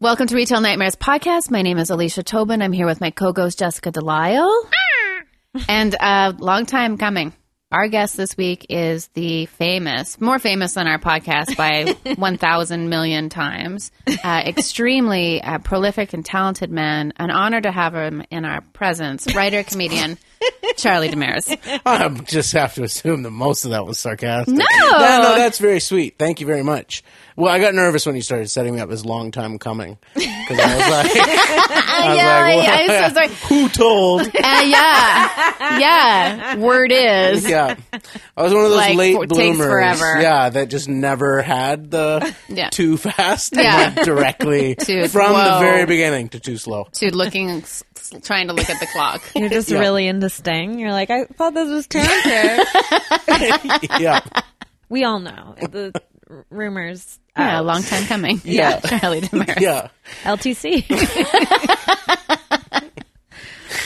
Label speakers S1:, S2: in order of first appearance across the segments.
S1: Welcome to Retail Nightmares Podcast. My name is Alicia Tobin. I'm here with my co-host Jessica Delisle. and uh, long time coming. Our guest this week is the famous, more famous than our podcast by 1,000 million times, uh, extremely uh, prolific and talented man. An honor to have him in our presence. Writer, comedian, Charlie Damaris.
S2: I just have to assume that most of that was sarcastic.
S1: No!
S2: no, no, that's very sweet. Thank you very much. Well, I got nervous when you started setting me up as long time coming because I was like, I was
S1: yeah,
S2: like,
S1: I- I'm so
S2: "Well,
S1: sorry."
S2: Who told?
S1: Uh, yeah. Yeah. Word is.
S2: yeah, I was one of those
S1: Like,
S2: late
S1: for- takes
S2: bloomers.
S1: forever.
S2: Yeah, that just never had the
S1: Yeah.
S2: too fast. and
S1: Yeah.
S2: went directly
S1: Too-
S2: from
S1: whoa.
S2: the very beginning to too slow.
S1: To looking, s- s- trying to look at the clock.
S3: You're just really into Sting. You're like, I thought this was Taylor.
S2: yeah,
S3: we all know the r- rumors.
S1: Yeah,
S3: out.
S1: a long time coming.
S2: Oh. Yeah.
S1: Charlie Damaris.
S2: yeah.
S3: LTC.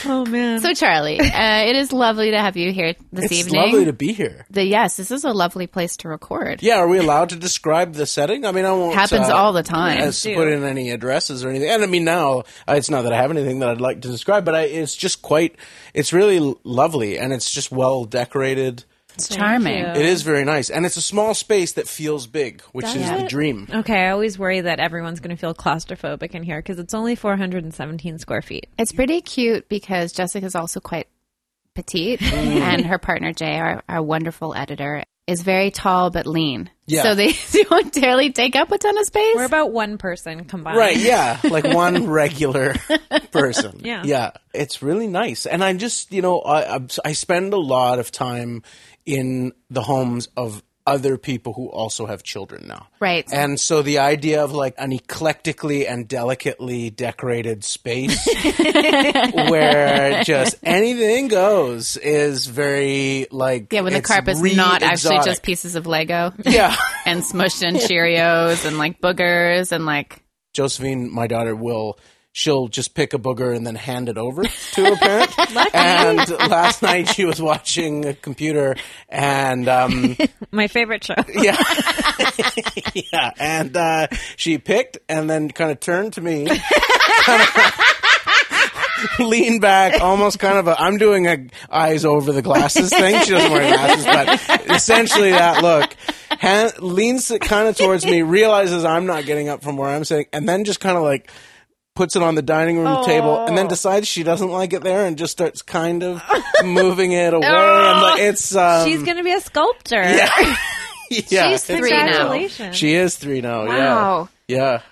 S3: oh man.
S1: So, Charlie, uh, it is lovely to have you here this
S2: It's
S1: evening.
S2: lovely to be here.
S1: the, yes, this is a lovely place to record.
S2: Yeah, are we allowed to describe the setting? I mean, I won't.
S1: Happens
S2: uh,
S1: all the time.
S2: As to put in any addresses or anything, and I mean now uh, it's not that I have anything that I'd like to describe, but I, it's just quite. It's really l- lovely, and it's just well decorated.
S1: It's charming.
S3: you.
S2: It is very nice, and it's a small space that feels big, which is the dream.
S3: okay, I always worry that everyone's going to feel claustrophobic in here because it's only 417 square feet.
S1: It's pretty cute because Jessica's also quite petite,
S2: Mm.
S1: and her partner Jay, our, our wonderful editor, is very tall but lean.
S2: Yeah.
S1: So they don't really take up a ton of space.
S3: We're about one person combined.
S2: Right, yeah, like one regular person.
S3: Yeah.
S2: yeah, it's really nice, and I just you know I I'm- I spend a lot of time in the homes of other people who also have children now.
S1: Right.
S2: And so the idea of like an eclectically and delicately decorated space where just anything goes is very like
S1: yeah, when the
S2: it's
S1: carpet's
S2: re-
S1: not actually
S2: exotic.
S1: just pieces of Lego
S2: yeah.
S1: and smushed in Cheerios and like boogers and like
S2: Josephine, my daughter, will she'll just pick a booger and then hand it over to a parent. and last night she was watching a computer and um,
S3: My favorite show.
S2: yeah, yeah, and uh, she picked and then kind of turned to me. Lean back, almost kind of a. I'm doing a eyes over the glasses thing. She doesn't wear glasses, but essentially that look. Hand, leans kind of towards me, realizes I'm not getting up from where I'm sitting, and then just kind of like puts it on the dining room table, and then decides she doesn't like it there, and just starts kind of moving it away. And like, it's um,
S3: She's going to be a sculptor.
S2: yeah. yeah.
S1: She's
S2: it's
S1: three now.
S3: Congratulations.
S2: She is three now.
S1: Wow.
S2: Yeah. Yeah.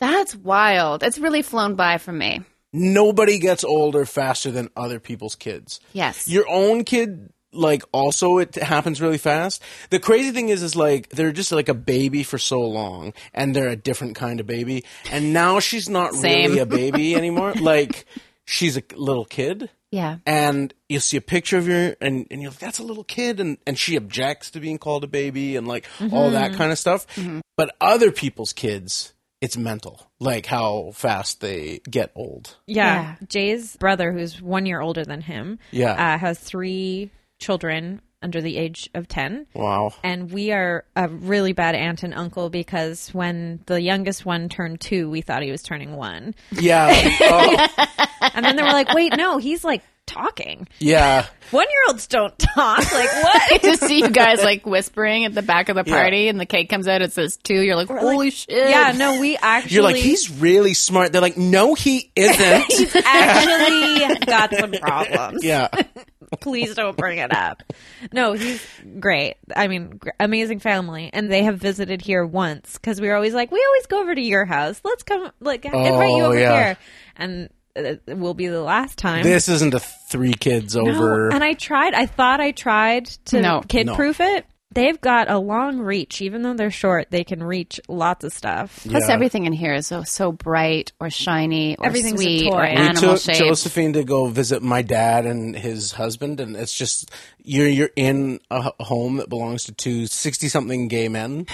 S1: That's wild. It's really flown by for me.
S2: Nobody gets older faster than other people's kids.
S1: Yes.
S2: Your own kid like also it happens really fast. The crazy thing is is like they're just like a baby for so long and they're a different kind of baby and now she's not
S1: Same.
S2: really a baby anymore. like she's a little kid.
S1: yeah.
S2: and you see a picture of her and, and you're like that's a little kid and, and she objects to being called a baby and like all that kind of stuff but other people's kids it's mental like how fast they get old
S3: Yeah.
S1: Yeah.
S3: Jay's brother, who's one year older than him,
S2: Yeah.
S3: uh, has three children under the age of 10.
S2: wow
S3: And we are a really bad aunt and uncle because when the youngest one turned two, we thought he was turning one.
S2: yeah oh,
S3: And then they were like, wait, no, he's like talking.
S2: yeah
S3: One year olds don't talk. Like, what?
S1: to see you guys like whispering at the back of the party and the cake comes out, it says two. You're like, holy shit.
S3: Yeah, no, we actually.
S2: you're like he's really smart they're like no he isn't
S3: actually got some problems.
S2: yeah
S3: please don't bring it up. No, he's great. I mean, gr- amazing family, and they have visited here once because we were always like, we always go over to your house. Let's come, like, ha- invite you
S2: Oh,
S3: over
S2: yeah.
S3: here, and it it will be the last time.
S2: this isn't a three kids
S3: No,
S2: over
S3: and I tried. I thought I tried to
S1: No.
S3: kid proof it. They've got a long reach, even though they're short. They can reach lots of stuff.
S1: Plus,
S2: Yeah.
S1: everything in here is so, so bright or shiny or
S3: Everything's a
S1: sweet
S3: toy.
S1: or
S3: We
S2: we
S1: animal
S2: took
S1: shaped.
S2: Josephine to go visit my dad and his husband, and it's just you're you're in a h- home that belongs to two sixty something gay men.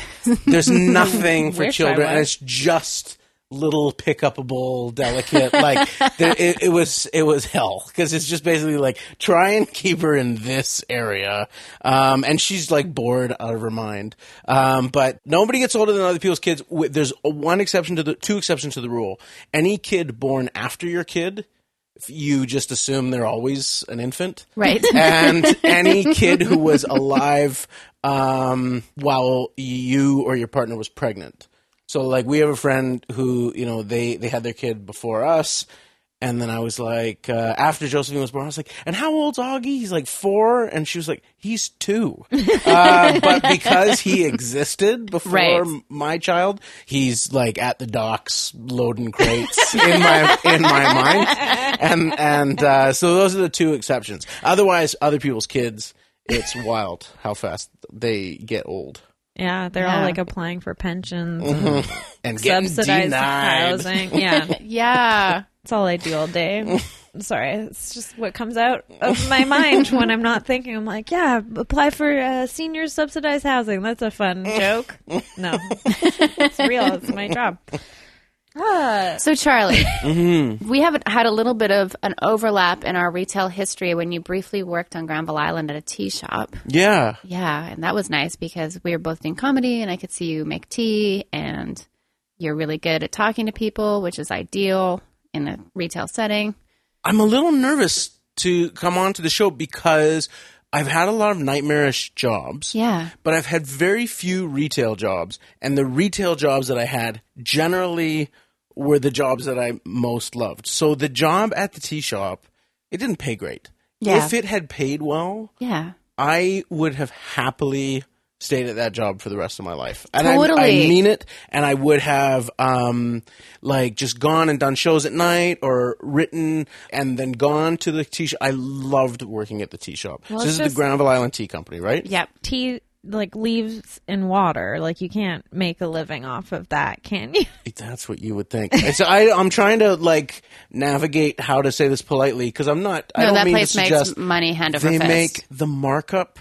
S2: There's nothing for
S3: Wish I
S2: children, and
S3: was.
S2: it's just little pickupable, delicate. like there, it, it was, it was hell because it's just basically like try and keep her in this area, um, and she's like bored out of her mind. Um, but nobody gets older than other people's kids. W- There's one exception to the two exceptions to the rule. Any kid born after your kid, you just assume they're always an infant
S1: Right.
S2: and any kid who was alive um, while you or your partner was pregnant. So, like, we have a friend who, you know, they they had their kid before us, and then I was like, uh, after Josephine was born, I was like, and how old's Augie? He's like four, and she was like, he's two. uh, but because he existed before
S1: Right.
S2: m- my child, he's like at the docks loading crates in my in my mind, and and uh, so those are the two exceptions. Otherwise, other people's kids, it's wild how fast they get old
S3: Yeah, they're all
S1: Yeah.
S3: like applying for pensions,
S2: and getting
S3: subsidized
S2: denied.
S3: housing. Yeah,
S1: yeah.
S3: that's all I do all day. I'm sorry, it's just what comes out of my mind when I'm not thinking. I'm like, yeah, apply for uh, senior subsidized housing. That's a fun joke. No, it's real. It's my job. Ah,
S1: So, Charlie, we have had a little bit of an overlap in our retail history when you briefly worked on Granville Island at a tea shop.
S2: Yeah,
S1: Yeah, and that was nice because we were both doing comedy and I could see you make tea and you're really good at talking to people, which is ideal in a retail setting.
S2: I'm a little nervous to come on to the show because I've had a lot of nightmarish jobs.
S1: Yeah.
S2: but I've had very few retail jobs, and the retail jobs that I had generally were the jobs that I most loved. So the job at the tea shop, it didn't pay great.
S1: Yeah.
S2: If it had paid well,
S1: Yeah.
S2: I would have happily stayed at that job for the rest of my life. And I- I,
S1: Totally.
S2: mean it. And I would have, um, like just gone and done shows at night or written and then gone to the tea shop. I loved working at the tea shop.
S3: Well, it's
S2: so this is
S3: just-
S2: the Granville Island Tea Company, right?
S1: Yep.
S3: tea like leaves in water. Like you can't make a living off of that, can you?
S2: That's what you would think. And so I, I'm trying to like navigate how to say this politely because I'm not. I
S1: No,
S2: don't
S1: that
S2: mean
S1: place
S2: to
S1: makes
S2: suggest
S1: money hand over
S2: they
S1: fist.
S2: make the markup.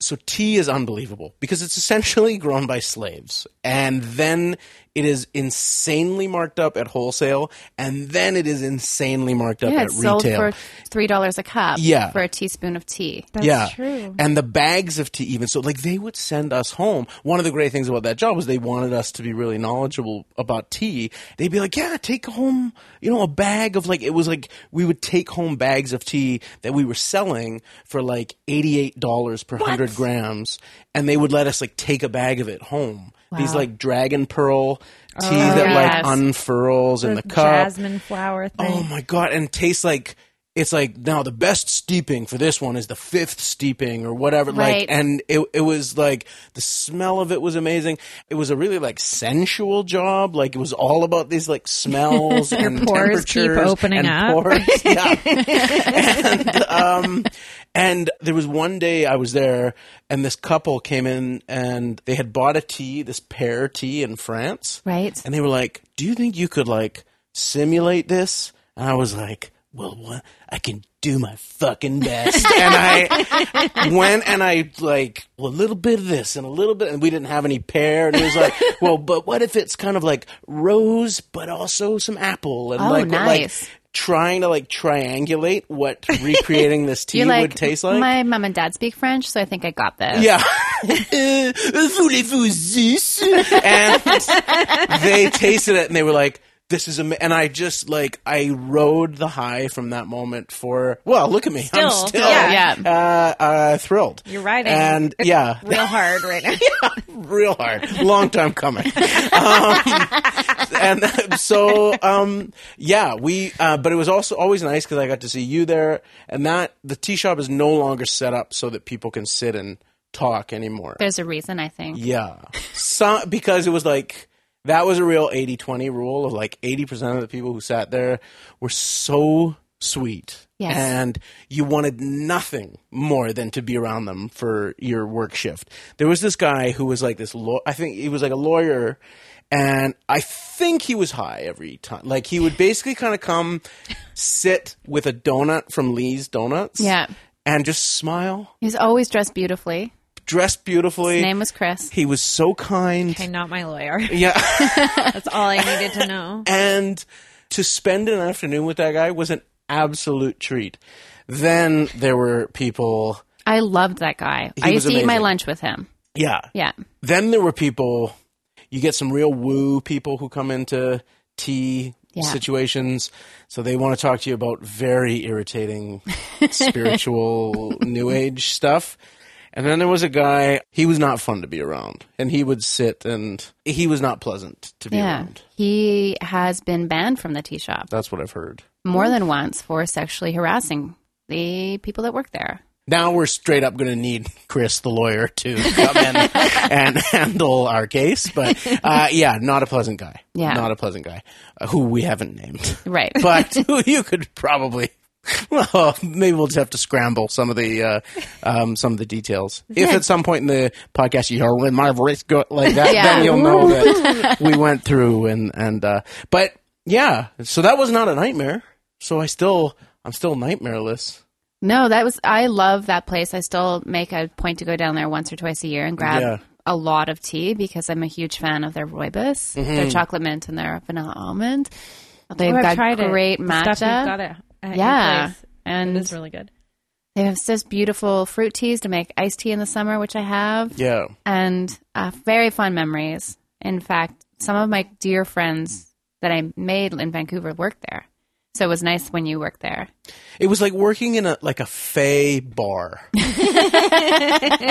S2: So tea is unbelievable because it's essentially grown by slaves, and then it is insanely marked up at wholesale, and then it is insanely marked up
S1: yeah,
S2: at
S1: it's
S2: retail.
S1: sold for three dollars a cup.
S2: Yeah.
S1: for a teaspoon of tea.
S3: That's
S2: yeah.
S3: true.
S2: And the bags of tea, even so, like they would send us home. One of the great things about that job was they wanted us to be really knowledgeable about tea. They'd be like, yeah, take home, you know, a bag of like, it was like we would take home bags of tea that we were selling for like $88 per 100 grams. And they would let us like take a bag of it home. These
S1: Wow.
S2: like dragon pearl tea that like
S1: Yes.
S2: unfurls in the cup.
S3: jasmine flower thing.
S2: Oh my god! And tastes like it's like now the best steeping for this one is the fifth steeping or whatever.
S1: Right.
S2: Like, and it it was like the smell of it was amazing. It was a really like sensual job. Like it was all about these like smells and
S3: pores keep
S2: temperatures
S3: opening
S2: and
S3: up.
S2: Pores. Yeah. and, um, and there was one day I was there, and this couple came in and they had bought a tea, this pear tea in France,
S1: Right.
S2: and they were like, "Do you think you could like simulate this?" And I was like, "Well, what? I can do my fucking best." and I went and I like well, a little bit of this and a little bit, and we didn't have any pear, and it was like, "Well, but what if it's kind of like rose, but also some apple?" And
S1: Oh,
S2: like,
S1: nice.
S2: like trying to like triangulate what recreating this tea
S1: You're
S2: would taste like.
S1: my mom and dad speak French, so I think I got this.
S2: Yeah. Uh, Voulez-vous this? And they tasted it and they were like, this is amazing. And I just like, I rode the high from that moment for, well, look at me. I'm
S3: Still,
S2: still
S1: yeah.
S2: Uh, uh, thrilled.
S3: You're riding.
S2: And yeah,
S3: Real hard right now.
S2: real hard. Long time coming. Um, and so, um, yeah, we, uh, but it was also always nice because I got to see you there. And that, the tea shop is no longer set up so that people can sit and talk anymore.
S1: There's a reason, I think.
S2: Yeah. Some, because it was like, that was a real 80 20 rule of like 80% of the people who sat there were so sweet.
S1: Yes.
S2: And you wanted nothing more than to be around them for your work shift. There was this guy who was like this, law- I think he was like a lawyer. And I think he was high every time. Like he would basically kind of come sit with a donut from Lee's Donuts.
S1: Yeah.
S2: And just smile
S1: He's always dressed beautifully.
S2: dressed beautifully.
S1: His name was Chris.
S2: he was so kind.
S3: Okay, not my lawyer.
S2: Yeah.
S3: That's all I needed to know.
S2: and to spend an afternoon with that guy was an absolute treat. Then there were people.
S1: I loved that guy. I
S2: was
S1: used to eat my
S2: amazing.
S1: lunch with him.
S2: Yeah.
S1: Yeah.
S2: Then there were people. You get some real woo people who come into tea
S1: Yeah.
S2: situations. So they want to talk to you about very irritating spiritual new age stuff. And then there was a guy, he was not fun to be around. And he would sit and he was not pleasant to be
S1: Yeah.
S2: around.
S1: He has been banned from the tea shop
S2: That's what I've heard.
S1: more than once for sexually harassing the people that work there.
S2: Now we're straight up going to need Chris, the lawyer, to come in and handle our case. But uh, yeah, not a pleasant guy.
S1: Yeah.
S2: Not a pleasant guy uh, who we haven't named.
S1: Right.
S2: But who you could probably. Well, maybe we'll just have to scramble some of the uh, um, some of the details. If at some point in the podcast you hear when my voice go like that,
S1: Yeah.
S2: then you'll know that we went through and and uh, but yeah, so that was not a nightmare. So I still I'm still nightmareless.
S1: No, that was I love that place. I still make a point to go down there once or twice a year and grab
S2: Yeah.
S1: a lot of tea because I'm a huge fan of their rooibos,
S2: Mm-hmm.
S1: their chocolate mint, and their vanilla almond. They've
S3: Oh, I've
S1: got
S3: tried it.
S1: great
S3: The
S1: matcha.
S3: Stuff you've got at, at
S1: yeah,
S3: your place.
S1: and
S3: It is really good.
S1: they have just beautiful fruit teas to make iced tea in the summer, which I have,
S2: Yeah.
S1: and uh, very fond memories. In fact, some of my dear friends that I made in Vancouver worked there, so it was nice when you worked there.
S2: It was like working in a like a fey bar,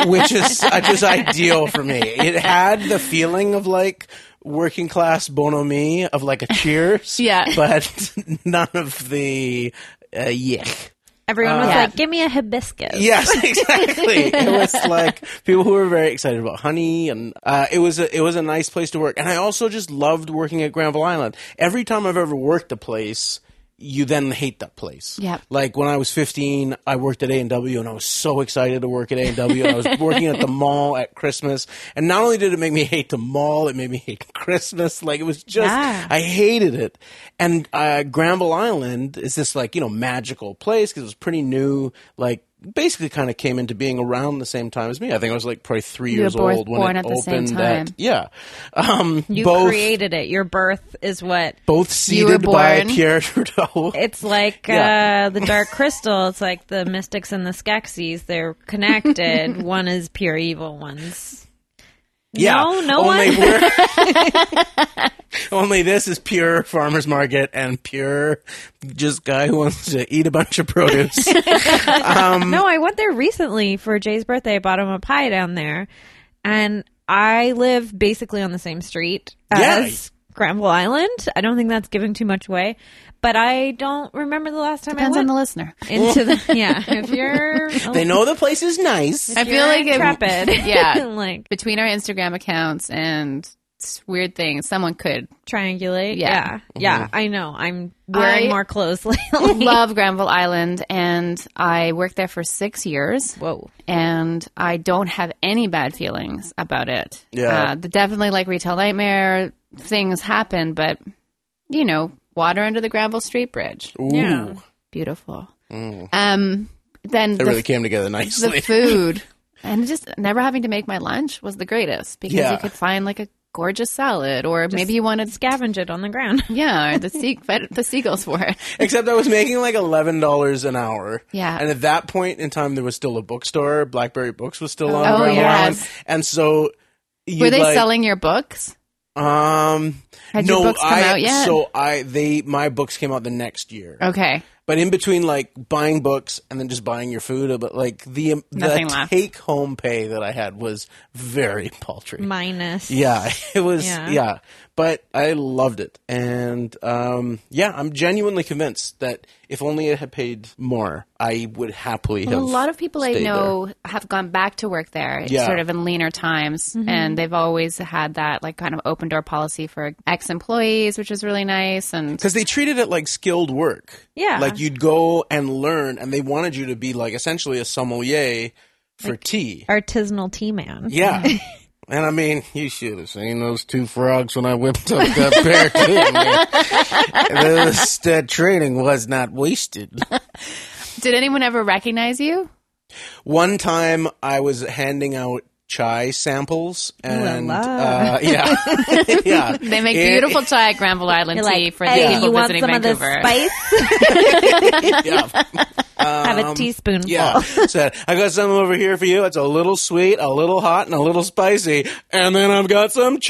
S2: which is uh, just ideal for me. It had the feeling of like working class bonhomie of like a Cheers,
S1: Yeah.
S2: but none of the uh, yuck.
S3: Everyone was
S2: Uh,
S1: Yeah.
S3: like, "Give me a hibiscus."
S2: Yes, exactly. it was like people who were very excited about honey, and uh, it was a, it was a nice place to work. And I also just loved working at Granville Island. Every time I've ever worked a place, you then hate that place.
S1: Yep.
S2: Like when I was 15, I worked at A and W, and I was so excited to work at A and W. I was working at the mall at Christmas, and not only did it make me hate the mall, it made me hate Christmas. Like it was just
S3: Yeah.
S1: Ah.
S2: I hated it. And uh, Granville Island is this like you know magical place because it was pretty new. Like basically, kind of came into being around the same time as me. I think I was like probably three
S1: were
S2: years
S1: both
S2: old when
S1: born
S2: it
S1: at the same
S2: opened.
S1: time.
S2: At, yeah, um,
S3: you
S2: both
S3: created it. Your birth is what
S2: both
S1: You were
S2: seeded by
S1: born-
S2: Pierre Trudeau.
S3: It's like
S2: Yeah.
S3: uh, the Dark Crystal. It's like the Mystics and the Skeksis. They're connected. one is pure evil. One's
S2: yeah,
S3: no, no
S2: only
S3: one.
S2: we're- Only this is pure farmers market and pure just guy who wants to eat a bunch of produce. Um,
S3: no, I went there recently for Jay's birthday. I bought him a pie down there, and I live basically on the same street
S2: Yeah.
S3: as Granville Island. I don't think that's giving too much away, but I don't remember the last time
S1: Depends
S3: I
S1: on
S3: went
S1: the listener.
S3: into the yeah. If you're,
S2: they know the place is nice.
S1: I
S3: if
S1: feel
S3: you're
S1: like it-
S3: intrepid.
S1: yeah.
S3: like
S1: between our Instagram accounts and s- weird things, someone could
S3: triangulate.
S1: Yeah. Mm-hmm.
S3: Yeah. Yeah. I know. I'm wearing
S1: I-
S3: more clothes lately.
S1: love Granville Island. And I worked there for six years,
S3: Whoa.
S1: and I don't have any bad feelings about it.
S2: Yeah.
S1: uh, the- definitely like retail nightmare things happen, but you know, water under the Granville Street Bridge,
S2: Ooh.
S3: Yeah.
S1: beautiful. Um, then
S2: Mm. They
S1: the,
S2: really came together
S1: the
S2: nicely.
S1: food and just never having to make my lunch was the greatest because
S2: Yeah.
S1: you could find like a gorgeous salad or maybe you wanted
S3: Scavenge it on the ground.
S1: Yeah, or the sea- but the seagulls for it.
S2: Except I was making like eleven dollars an hour.
S1: Yeah.
S2: And at that point in time, there was still a bookstore. BlackBerry Books was still on.
S1: Oh,
S2: Grand
S1: yes.
S2: Line. And so, you'd
S1: Were they
S2: like-
S1: selling your books?
S2: Um,
S1: Had
S2: no,
S1: your books come
S2: I,
S1: out yet? Oh.
S2: So I they my books came out the next year.
S1: Okay.
S2: But in between, like buying books and then just buying your food, but like the um,
S1: Nothing
S2: the
S1: left.
S2: take home pay that I had was very paltry.
S3: Minus.
S2: Yeah, it was. Yeah.
S3: Yeah.
S2: but I loved it, and um, yeah, I'm genuinely convinced that if only it had paid more, I would happily
S1: A
S2: have.
S1: lot of people I
S2: stayed
S1: know have gone back to work there
S2: Yeah.
S1: sort of in leaner times.
S3: Mm-hmm.
S1: And they've always had that like kind of open door policy for ex employees, which is really nice. And
S2: because they treated it like skilled work.
S3: Yeah.
S2: like you'd go and learn, and they wanted you to be like essentially a sommelier for tea.
S3: Artisanal tea man.
S2: Yeah. And I mean, you should have seen those two frogs when I whipped up that pair. Too, man. This, that training was not wasted.
S1: did anyone ever recognize you?
S2: One time I was handing out chai samples and
S3: la.
S2: uh, yeah yeah
S1: They make
S2: It-
S1: beautiful chai at Granville Island
S3: You're
S1: tea
S3: like,
S1: for the
S3: hey,
S1: people
S3: you want
S1: visiting
S3: some
S1: Vancouver.
S3: of the spice?
S2: yeah Um,
S3: Have
S1: Um,
S3: a Oh. teaspoonful.
S2: Yeah. Said, I got some over here for you. It's a little sweet, a little hot, and a little spicy. And then I've got some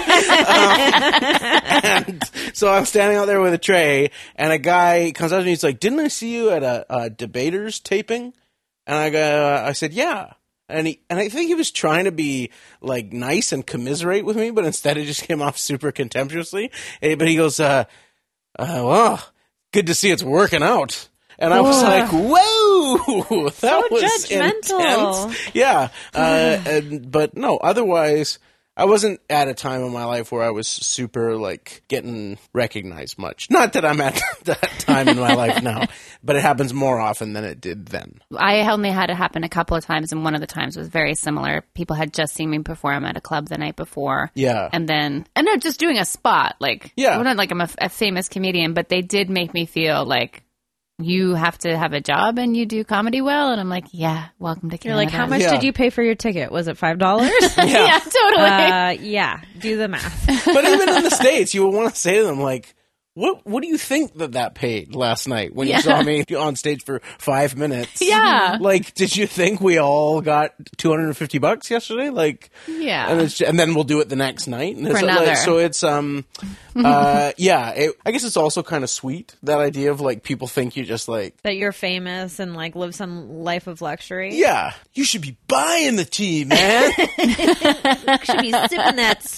S2: chai. Um, and so I'm standing out there with a tray, and a guy comes up to me. He's like, Didn't I see you at a, a debaters taping? And I go, uh, I said, Yeah. And he, and I think he was trying to be like nice and commiserate with me, but instead it just came off super contemptuously. Eh, But he goes, uh, uh, well, good to see it's working out. And I was like, whoa, that was
S3: judgmental.
S2: intense. Yeah. Uh, and, but no, otherwise, I wasn't at a time in my life where I was super like getting recognized much. Not that I'm at that time in my life now, but it happens more often than it did then.
S1: I only had it happen a couple of times, and one of the times was very similar. People had just seen me perform at a club the night before.
S2: Yeah.
S1: And then, and they're just doing a spot. Like,
S2: Yeah.
S1: well, not like I'm a, f- a famous comedian, but they did make me feel like you have to have a job and you do comedy well. And I'm like, yeah, welcome to Canada.
S3: You're like, how much
S2: Yeah.
S3: did you pay for your ticket? Was it five dollars?
S1: yeah. totally.
S3: uh, yeah, do the math.
S2: but even in the states, you would want to say to them like, "What? What do you think that that paid last night when you saw me on stage for five minutes?
S1: Yeah.
S2: like, did you think we all got two hundred and fifty bucks yesterday? Like,
S1: Yeah.
S2: and, it's, and then we'll do it the next night. And it's
S1: For
S2: like-
S1: another. Mm-hmm.
S2: so it's um, uh, yeah. It, I guess it's also kind of sweet that idea of like people think you just like.
S3: that you're famous and like live some life of luxury.
S2: Yeah, you should be buying the tea, man.
S3: should be sipping that
S1: he,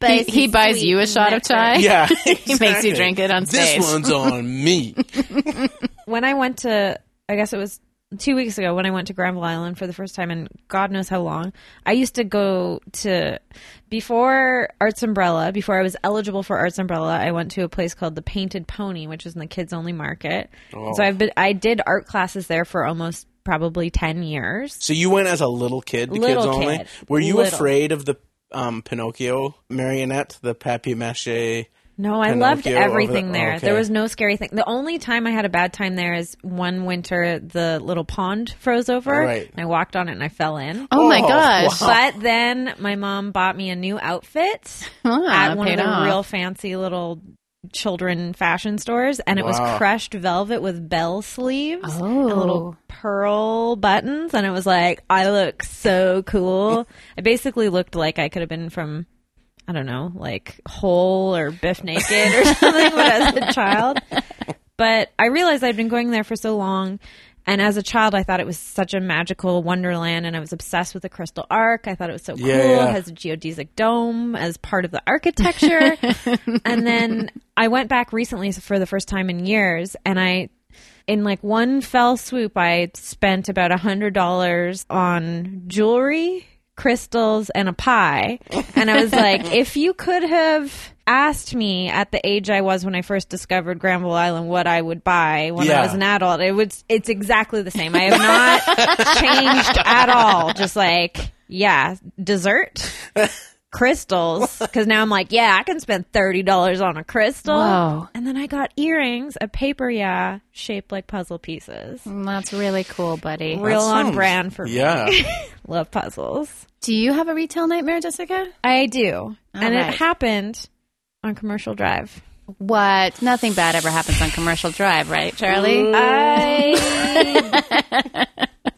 S3: spicy.
S1: he buys
S3: sweet
S1: you a shot of
S3: nectar.
S1: chai.
S2: yeah,
S1: He makes you drink it on
S2: This
S1: stage.
S2: one's on me.
S3: When I went to, I guess it was two weeks ago when I went to Granville Island for the first time in God knows how long. I used to go to before Arts Umbrella, before I was eligible for Arts Umbrella. I went to a place called the Painted Pony, which is in the kids only market.
S2: Oh.
S3: So I've been, I did art classes there for almost probably ten years.
S2: So you went as a little kid to
S3: Little
S2: kids only.
S3: kid.
S2: Were you
S3: Little.
S2: afraid of the um, Pinocchio marionette, the papier mache?
S3: No, I
S2: Pinocchio
S3: loved
S2: over the-
S3: everything there.
S2: okay.
S3: There was no scary thing. The only time I had a bad time there is one winter the little pond froze over
S2: Right.
S3: and I walked on it and I fell in.
S1: Oh, my
S2: Oh,
S1: gosh.
S3: But then my mom bought me a new outfit
S1: Ah,
S3: at one of
S1: paid
S3: the
S1: off.
S3: real fancy little children fashion stores and it
S2: Wow.
S3: was crushed velvet with bell sleeves and
S1: Oh.
S3: little pearl buttons and it was like I look so cool. I basically looked like I could have been from I don't know, like Hole or Biff Naked or something when I was a child. But I realized I'd been going there for so long. And as a child, I thought it was such a magical wonderland, and I was obsessed with the crystal arc. I thought it was so
S2: Yeah,
S3: cool.
S2: yeah.
S3: It has a geodesic dome as part of the architecture. and then I went back recently for the first time in years, and I in like one fell swoop i spent about a hundred dollars on jewelry crystals and a pie and i was like if you could have asked me at the age i was when i first discovered granville island what i would buy when
S2: Yeah.
S3: i was an adult it would it's exactly the same i have not changed at all just like yeah dessert crystals because now i'm like yeah i can spend $30 on a crystal
S1: Whoa.
S3: and then I got earrings, a paper yeah, shaped like puzzle pieces.
S1: Mm, That's really cool, buddy.
S3: Real on
S2: sounds-
S3: brand for me.
S2: Yeah.
S3: Love puzzles.
S1: Do you have a retail nightmare, Jessica?
S3: I do. and
S1: right.
S3: it happened on commercial drive.
S1: What? Nothing bad ever happens on commercial drive, right, Charlie?
S3: I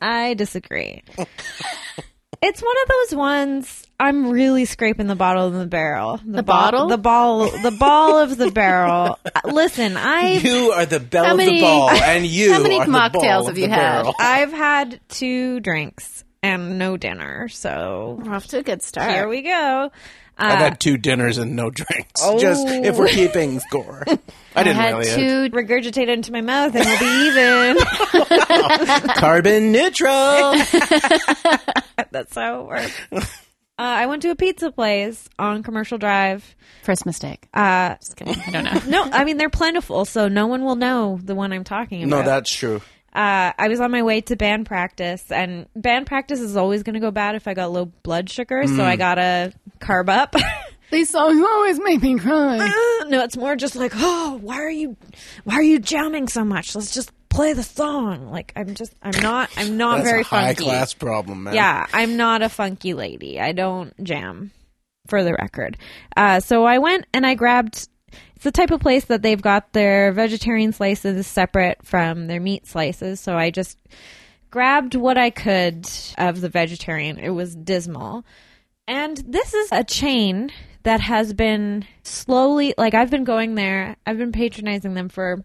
S3: I disagree. It's one of those ones I'm really scraping the bottle of the barrel. The, ba-
S1: bottle?
S3: The ball the ball of the barrel. Listen, I
S2: You are the bell
S1: How
S2: of
S1: many-
S2: the ball, and you
S1: how many
S2: are the
S1: mocktails
S2: ball
S1: have
S2: of
S1: you
S2: the
S1: had?
S2: barrel.
S3: I've had two drinks and no dinner, so
S1: We're off to a good start.
S3: here we go.
S2: I've
S3: Uh, oh.
S2: had two dinners and no drinks. Just if we're keeping score, I
S1: I
S2: didn't
S1: had two.
S2: really.
S3: regurgitate it into my mouth and we'll be even.
S2: Carbon neutral.
S3: That's how it works. Uh, I went to a pizza place on Commercial Drive.
S1: First mistake.
S3: Uh,
S1: Just kidding. I don't know.
S3: no, I mean they're plentiful, so no one will know the one I'm talking about.
S2: no, that's true.
S3: uh, I was on my way to band practice, and band practice is always going to go bad if I got low blood sugar, so I gotta carb up.
S1: These songs always make me cry.
S3: no, it's more just like, oh, why are you, why are you jamming so much? Let's just play the song. Like I'm just I'm not I'm not
S2: That's
S3: very
S2: a high
S3: funky.
S2: class problem, man.
S3: Yeah, I'm not a funky lady. I don't jam, for the record. Uh, so I went and I grabbed. It's the type of place that they've got their vegetarian slices separate from their meat slices. So I just grabbed what I could of the vegetarian. It was dismal. And this is a chain that has been slowly, like, I've been going there, I've been patronizing them for,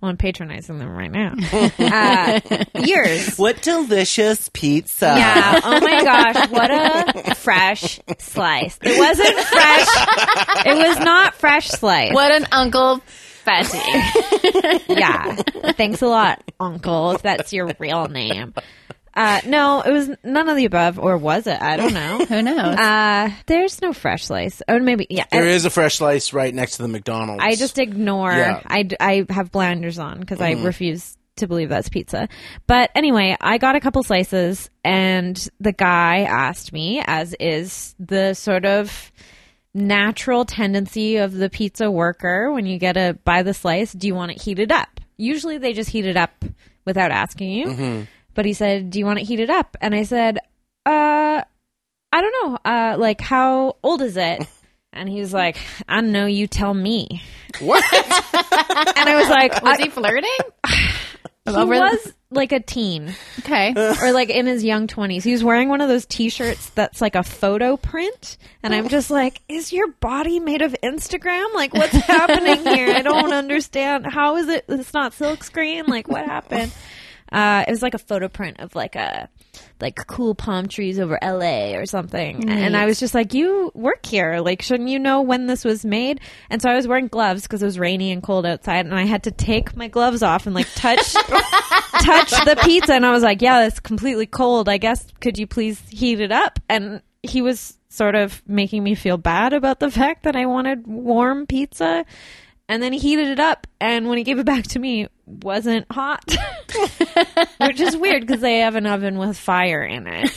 S3: well, I'm patronizing them right now, uh, years.
S4: What delicious pizza.
S3: Yeah. Oh my gosh. What a fresh slice. It wasn't fresh. It was not fresh slice.
S1: What an uncle fatty.
S3: Yeah. Thanks a lot, Uncle, if that's your real name. Uh, no, it was none of the above, or was it? I don't know.
S1: Who knows?
S3: Uh, there's no fresh slice. Oh, maybe. Yeah.
S2: There is a fresh slice right next to the McDonald's.
S3: I just ignore.
S2: Yeah. Mm-hmm.
S3: I, I have blinders on because I refuse to believe that's pizza. But anyway, I got a couple slices, and the guy asked me, as is the sort of natural tendency of the pizza worker when you get a buy the slice, do you want it heated up? Usually they just heat it up without asking you.
S2: Mm-hmm.
S3: But he said, "Do you want it heated up?" And I said, "Uh, I don't know. Uh, like how old is it?" And he was like, "I don't know. You tell me."
S2: what?
S3: And I was like,
S1: Was
S3: I-
S1: he flirting?
S3: he,
S1: over the-
S3: was like a teen
S1: Okay.
S3: or like in his young 20s. He was wearing one of those t-shirts that's like a photo print and I'm just like, "Is your body made of Instagram? Like what's happening here? I don't understand. How is it it's not silk screen? Like what happened?" Uh, it was like a photo print of like a like cool palm trees over LA or something. And I was just like, "You work here. Like shouldn't you know when this was made?" And so I was wearing gloves because it was rainy and cold outside and I had to take my gloves off and like touch touch the pizza and I was like, "Yeah, it's completely cold. I guess could you please heat it up?" And he was sort of making me feel bad about the fact that I wanted warm pizza. And then he heated it up and when he gave it back to me, it wasn't hot. Which is weird because they have an oven with fire in it.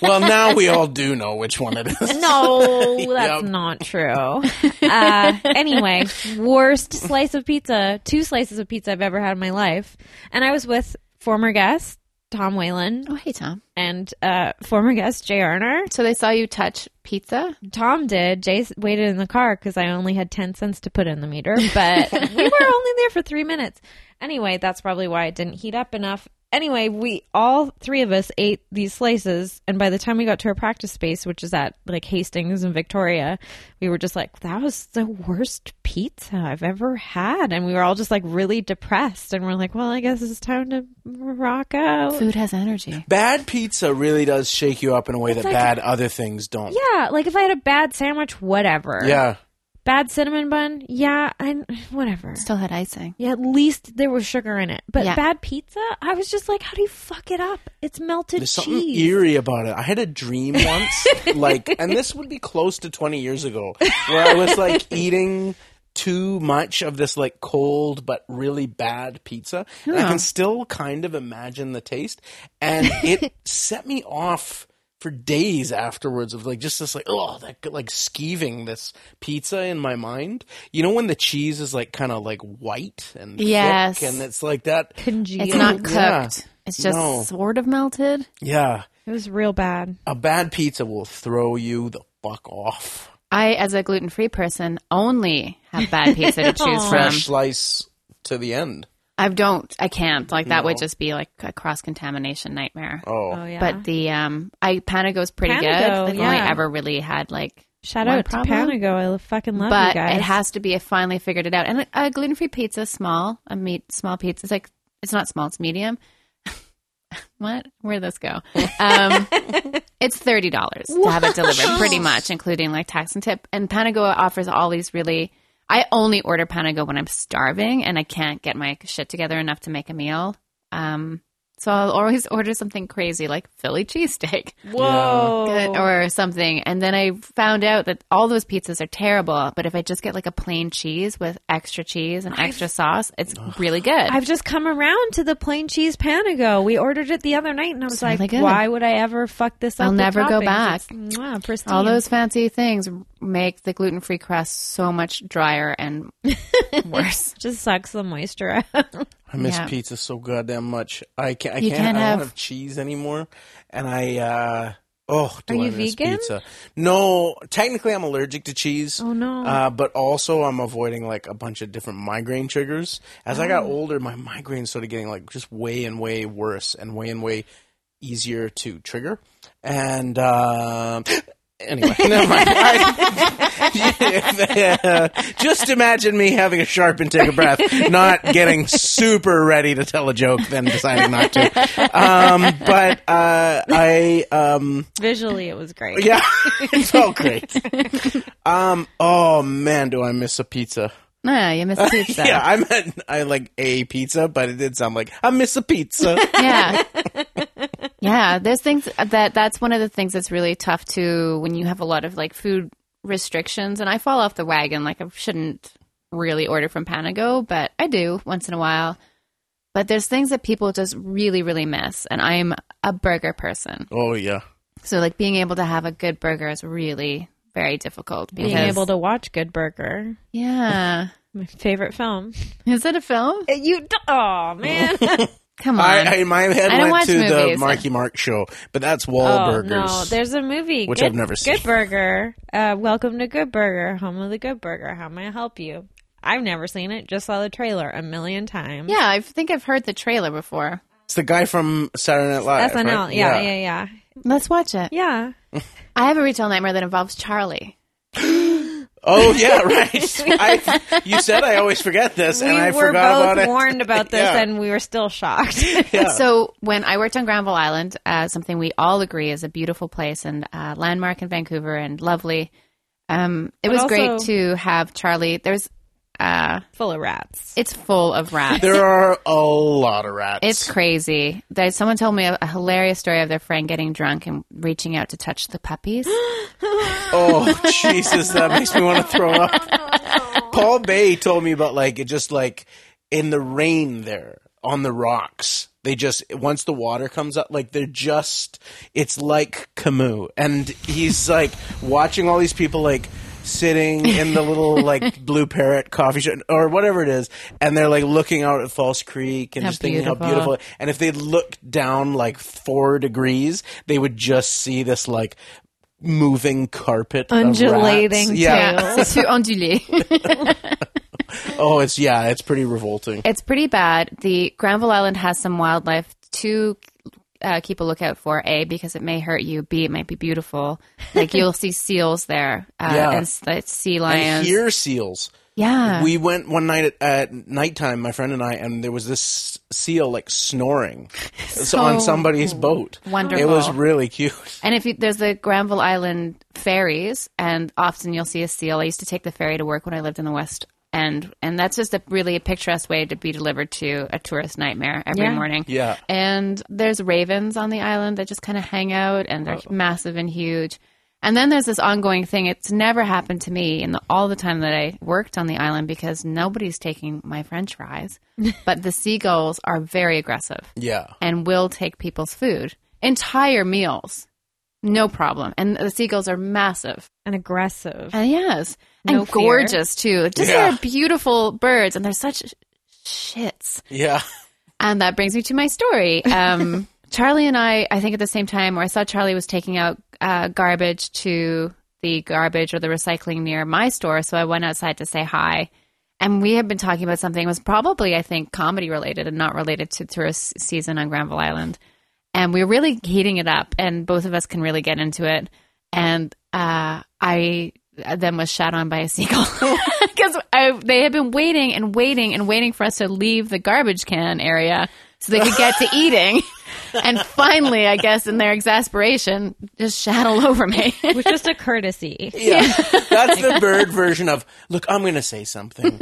S2: well, now we all do know which one it is.
S3: No, that's
S2: Yep.
S3: not true. Uh, anyway, worst slice of pizza, two slices of pizza I've ever had in my life. And I was with former guest Tom Whalen
S1: Oh, hey, Tom.
S3: and uh, former guest Jay Arner.
S1: So they saw you touch pizza?
S3: Tom did. Jay s- waited in the car because I only had 10 cents to put in the meter, but we were only there for three minutes. Anyway, that's probably why it didn't heat up enough. Anyway, we all three of us ate these slices, and by the time we got to our practice space, which is at like Hastings and Victoria, we were just like, "That was the worst pizza I've ever had," and we were all just like really depressed, and we're like, "Well, I guess it's time to rock out."
S1: Food has energy.
S2: Bad pizza really does shake you up in a way that
S3: like-
S2: bad other things don't.
S3: Yeah, like if I had a bad sandwich, whatever.
S2: Yeah.
S3: Bad cinnamon bun, yeah, I whatever.
S1: Still had icing.
S3: Yeah, at least there was sugar in it. But
S1: Yeah.
S3: bad pizza, I was just like, how do you fuck it up? It's melted
S2: There's something
S3: cheese.
S2: eerie about it. I had a dream once, like, and this would be close to 20 years ago, where I was like eating too much of this like cold but really bad pizza. And I can still kind of imagine the taste. And it set me off for days afterwards of like just this like oh that like skeeving this pizza in my mind you know when the cheese is like kind of like white and thick
S1: Yes.
S2: and it's like that
S3: Congealed.
S1: It's not cooked.
S2: Yeah.
S1: It's just
S2: No.
S1: sort of melted.
S2: yeah
S3: It was real bad.
S2: a bad pizza will throw you the fuck off.
S1: I, as a gluten free person, only have bad pizza to choose
S3: Um,
S1: from.
S2: Fresh slice to the end.
S1: I don't, I can't. Like, that would just be like a cross contamination nightmare.
S2: Oh,
S3: Oh yeah.
S1: But the, um, I, Panago's pretty
S3: Panago,
S1: good. I've only
S3: yeah.
S1: ever really had like
S3: shout
S1: one
S3: out to
S1: problem.
S3: Panago. I lo- fucking love you
S1: but
S3: guys.
S1: it has to be. I finally figured it out. And a gluten free pizza, is small, a meat, small pizza. It's like it's not small. It's medium. what? Where'd this go? Um, it's thirty dollars to have it delivered, pretty much, including like tax and tip. And Panago offers all these really. I only order Panago when I'm starving and I can't get my shit together enough to make a meal. Um, so I'll always order something crazy like Philly cheesesteak
S3: Whoa.
S1: good or something. And then I found out that all those pizzas are terrible. But if I just get like a plain cheese with extra cheese and extra sauce, it's really good.
S3: I've just come around to the plain cheese Panago. We ordered it the other night, and I was
S1: really
S3: like,
S1: good.
S3: why would I ever fuck this up?
S1: I'll
S3: with
S1: never go
S3: toppings?
S1: back.
S3: It's, mwah, pristine.
S1: all those fancy things make the gluten free crust so much drier and worse.
S3: just sucks the moisture out.
S2: I miss
S1: Yeah.
S2: pizza so goddamn much. I can't. I
S1: You
S2: can't,
S1: can't
S2: I
S1: have-
S2: don't have cheese anymore, and I. uh Oh, do
S3: Are
S2: I
S3: you
S2: miss
S3: vegan?
S2: pizza? No, technically I'm allergic to cheese.
S3: Oh, no.
S2: Uh, but also I'm avoiding like a bunch of different migraine triggers. As I got older, my migraines started getting like just way and way worse and way and way easier to trigger. And um anyway, never mind. I- just imagine me having a sharp intake of breath, not getting super ready to tell a joke, then deciding not to. Um, but uh, I. Um,
S3: Visually, it was great.
S2: yeah, it felt great. Um. Oh man, do I miss a pizza?
S1: No, you miss pizza.
S2: Yeah, I meant I like a pizza, but it did sound like I miss a pizza.
S1: yeah yeah there's things that that's one of the things that's really tough to when you have a lot of like food restrictions and i fall off the wagon like i shouldn't really order from panago but i do once in a while but there's things that people just really really miss and i'm a burger person
S2: oh yeah,
S1: so like being able to have a good burger is really very difficult
S3: Being
S1: because-
S3: able to watch Good Burger,
S1: yeah
S3: my favorite film.
S1: is that a film
S3: You, d- oh man, Um,
S1: come on
S2: I, I my head
S1: I don't
S2: went
S1: watch
S2: to the
S1: movies.
S2: Marky Mark show, but that's
S3: oh
S2: Wahlburgers.
S3: no, there's a movie
S2: Which
S3: Good-
S2: I've never seen.
S3: Good Burger. Uh, welcome to Good Burger, home of the Good Burger. How may I help you? I've never seen it. Just saw the trailer a million times.
S1: yeah i think i've heard the trailer before
S2: it's the guy from Saturday Night Live.
S3: SNL.
S2: Uh, right?
S3: Yeah, yeah, yeah,
S1: let's watch it
S3: yeah.
S1: i have a retail nightmare that involves charlie
S2: Oh yeah, right. I, you said I always forget this, and I
S3: we were
S2: forgot
S3: both
S2: about it.
S3: warned about this,
S2: Yeah.
S3: and we were still shocked.
S2: Yeah.
S1: So when I worked on Granville Island, uh, something we all agree is a beautiful place and uh, landmark in Vancouver and lovely. Um, it was
S3: also-
S1: great to have Charlie. There's, uh,
S3: Full of rats.
S1: it's full of rats.
S2: there are a lot of rats.
S1: it's crazy. There's, someone told me a, a hilarious story of their friend getting drunk and reaching out to touch the puppies.
S2: Oh Jesus, that makes me want to throw up. Paul Bay told me about like it just like in the rain there on the rocks. They just once the water comes up, like they're just it's like Camus, and he's like watching all these people like sitting in the little like blue parrot coffee shop or whatever it is and they're like looking out at false creek and
S1: How
S2: just thinking how
S1: beautiful.
S2: beautiful and if they looked down like four degrees they would just see this like moving carpet of
S3: Undulating
S2: rats. yeah
S1: Yeah, c'est ondulé.
S2: oh it's yeah it's pretty revolting
S1: It's pretty bad. The Granville Island has some wildlife to uh, keep a lookout for. A because it may hurt you. B it might be beautiful. Like you'll see seals there uh,
S2: Yeah.
S1: and s- like, sea
S2: and
S1: lions.
S2: here seals
S1: yeah,
S2: we went one night at, at nighttime my friend and i and there was this seal like snoring so on somebody's boat
S1: wonderful.
S2: it was really cute
S1: and if you, there's the Granville Island ferries, and often you'll see a seal. I used to take the ferry to work when I lived in the West End, and that's just a really picturesque way to be delivered to a tourist nightmare every
S3: Yeah.
S1: morning.
S2: yeah
S1: And there's ravens on the island that just kind of hang out and they're massive and huge. And then there's this ongoing thing. It's never happened to me in the, all the time that I worked on the island because nobody's taking my french fries. but the seagulls are very aggressive
S2: yeah
S1: and will take people's food, entire meals. No problem. And the seagulls are massive.
S3: And aggressive.
S1: And Uh, yes,
S3: No
S1: and
S3: fear.
S1: gorgeous too. Just
S2: Yeah.
S1: they're beautiful birds and they're such shits.
S2: yeah
S1: And that brings me to my story. Um, Charlie and I, I think at the same time, or I saw Charlie was taking out uh, garbage to the garbage or the recycling near my store. So I went outside to say hi. And we had been talking about something that was probably, I think, comedy related and not related to tourist season on Granville Island. And we were really heating it up, and both of us can really get into it. And uh, I then was shot on by a seagull because they had been waiting and waiting and waiting for us to leave the garbage can area so they could get to eating. And finally, I guess, in their exasperation, just shot all over me.
S3: It was just a courtesy.
S2: Yeah. That's the bird version of, look, I'm going to say something.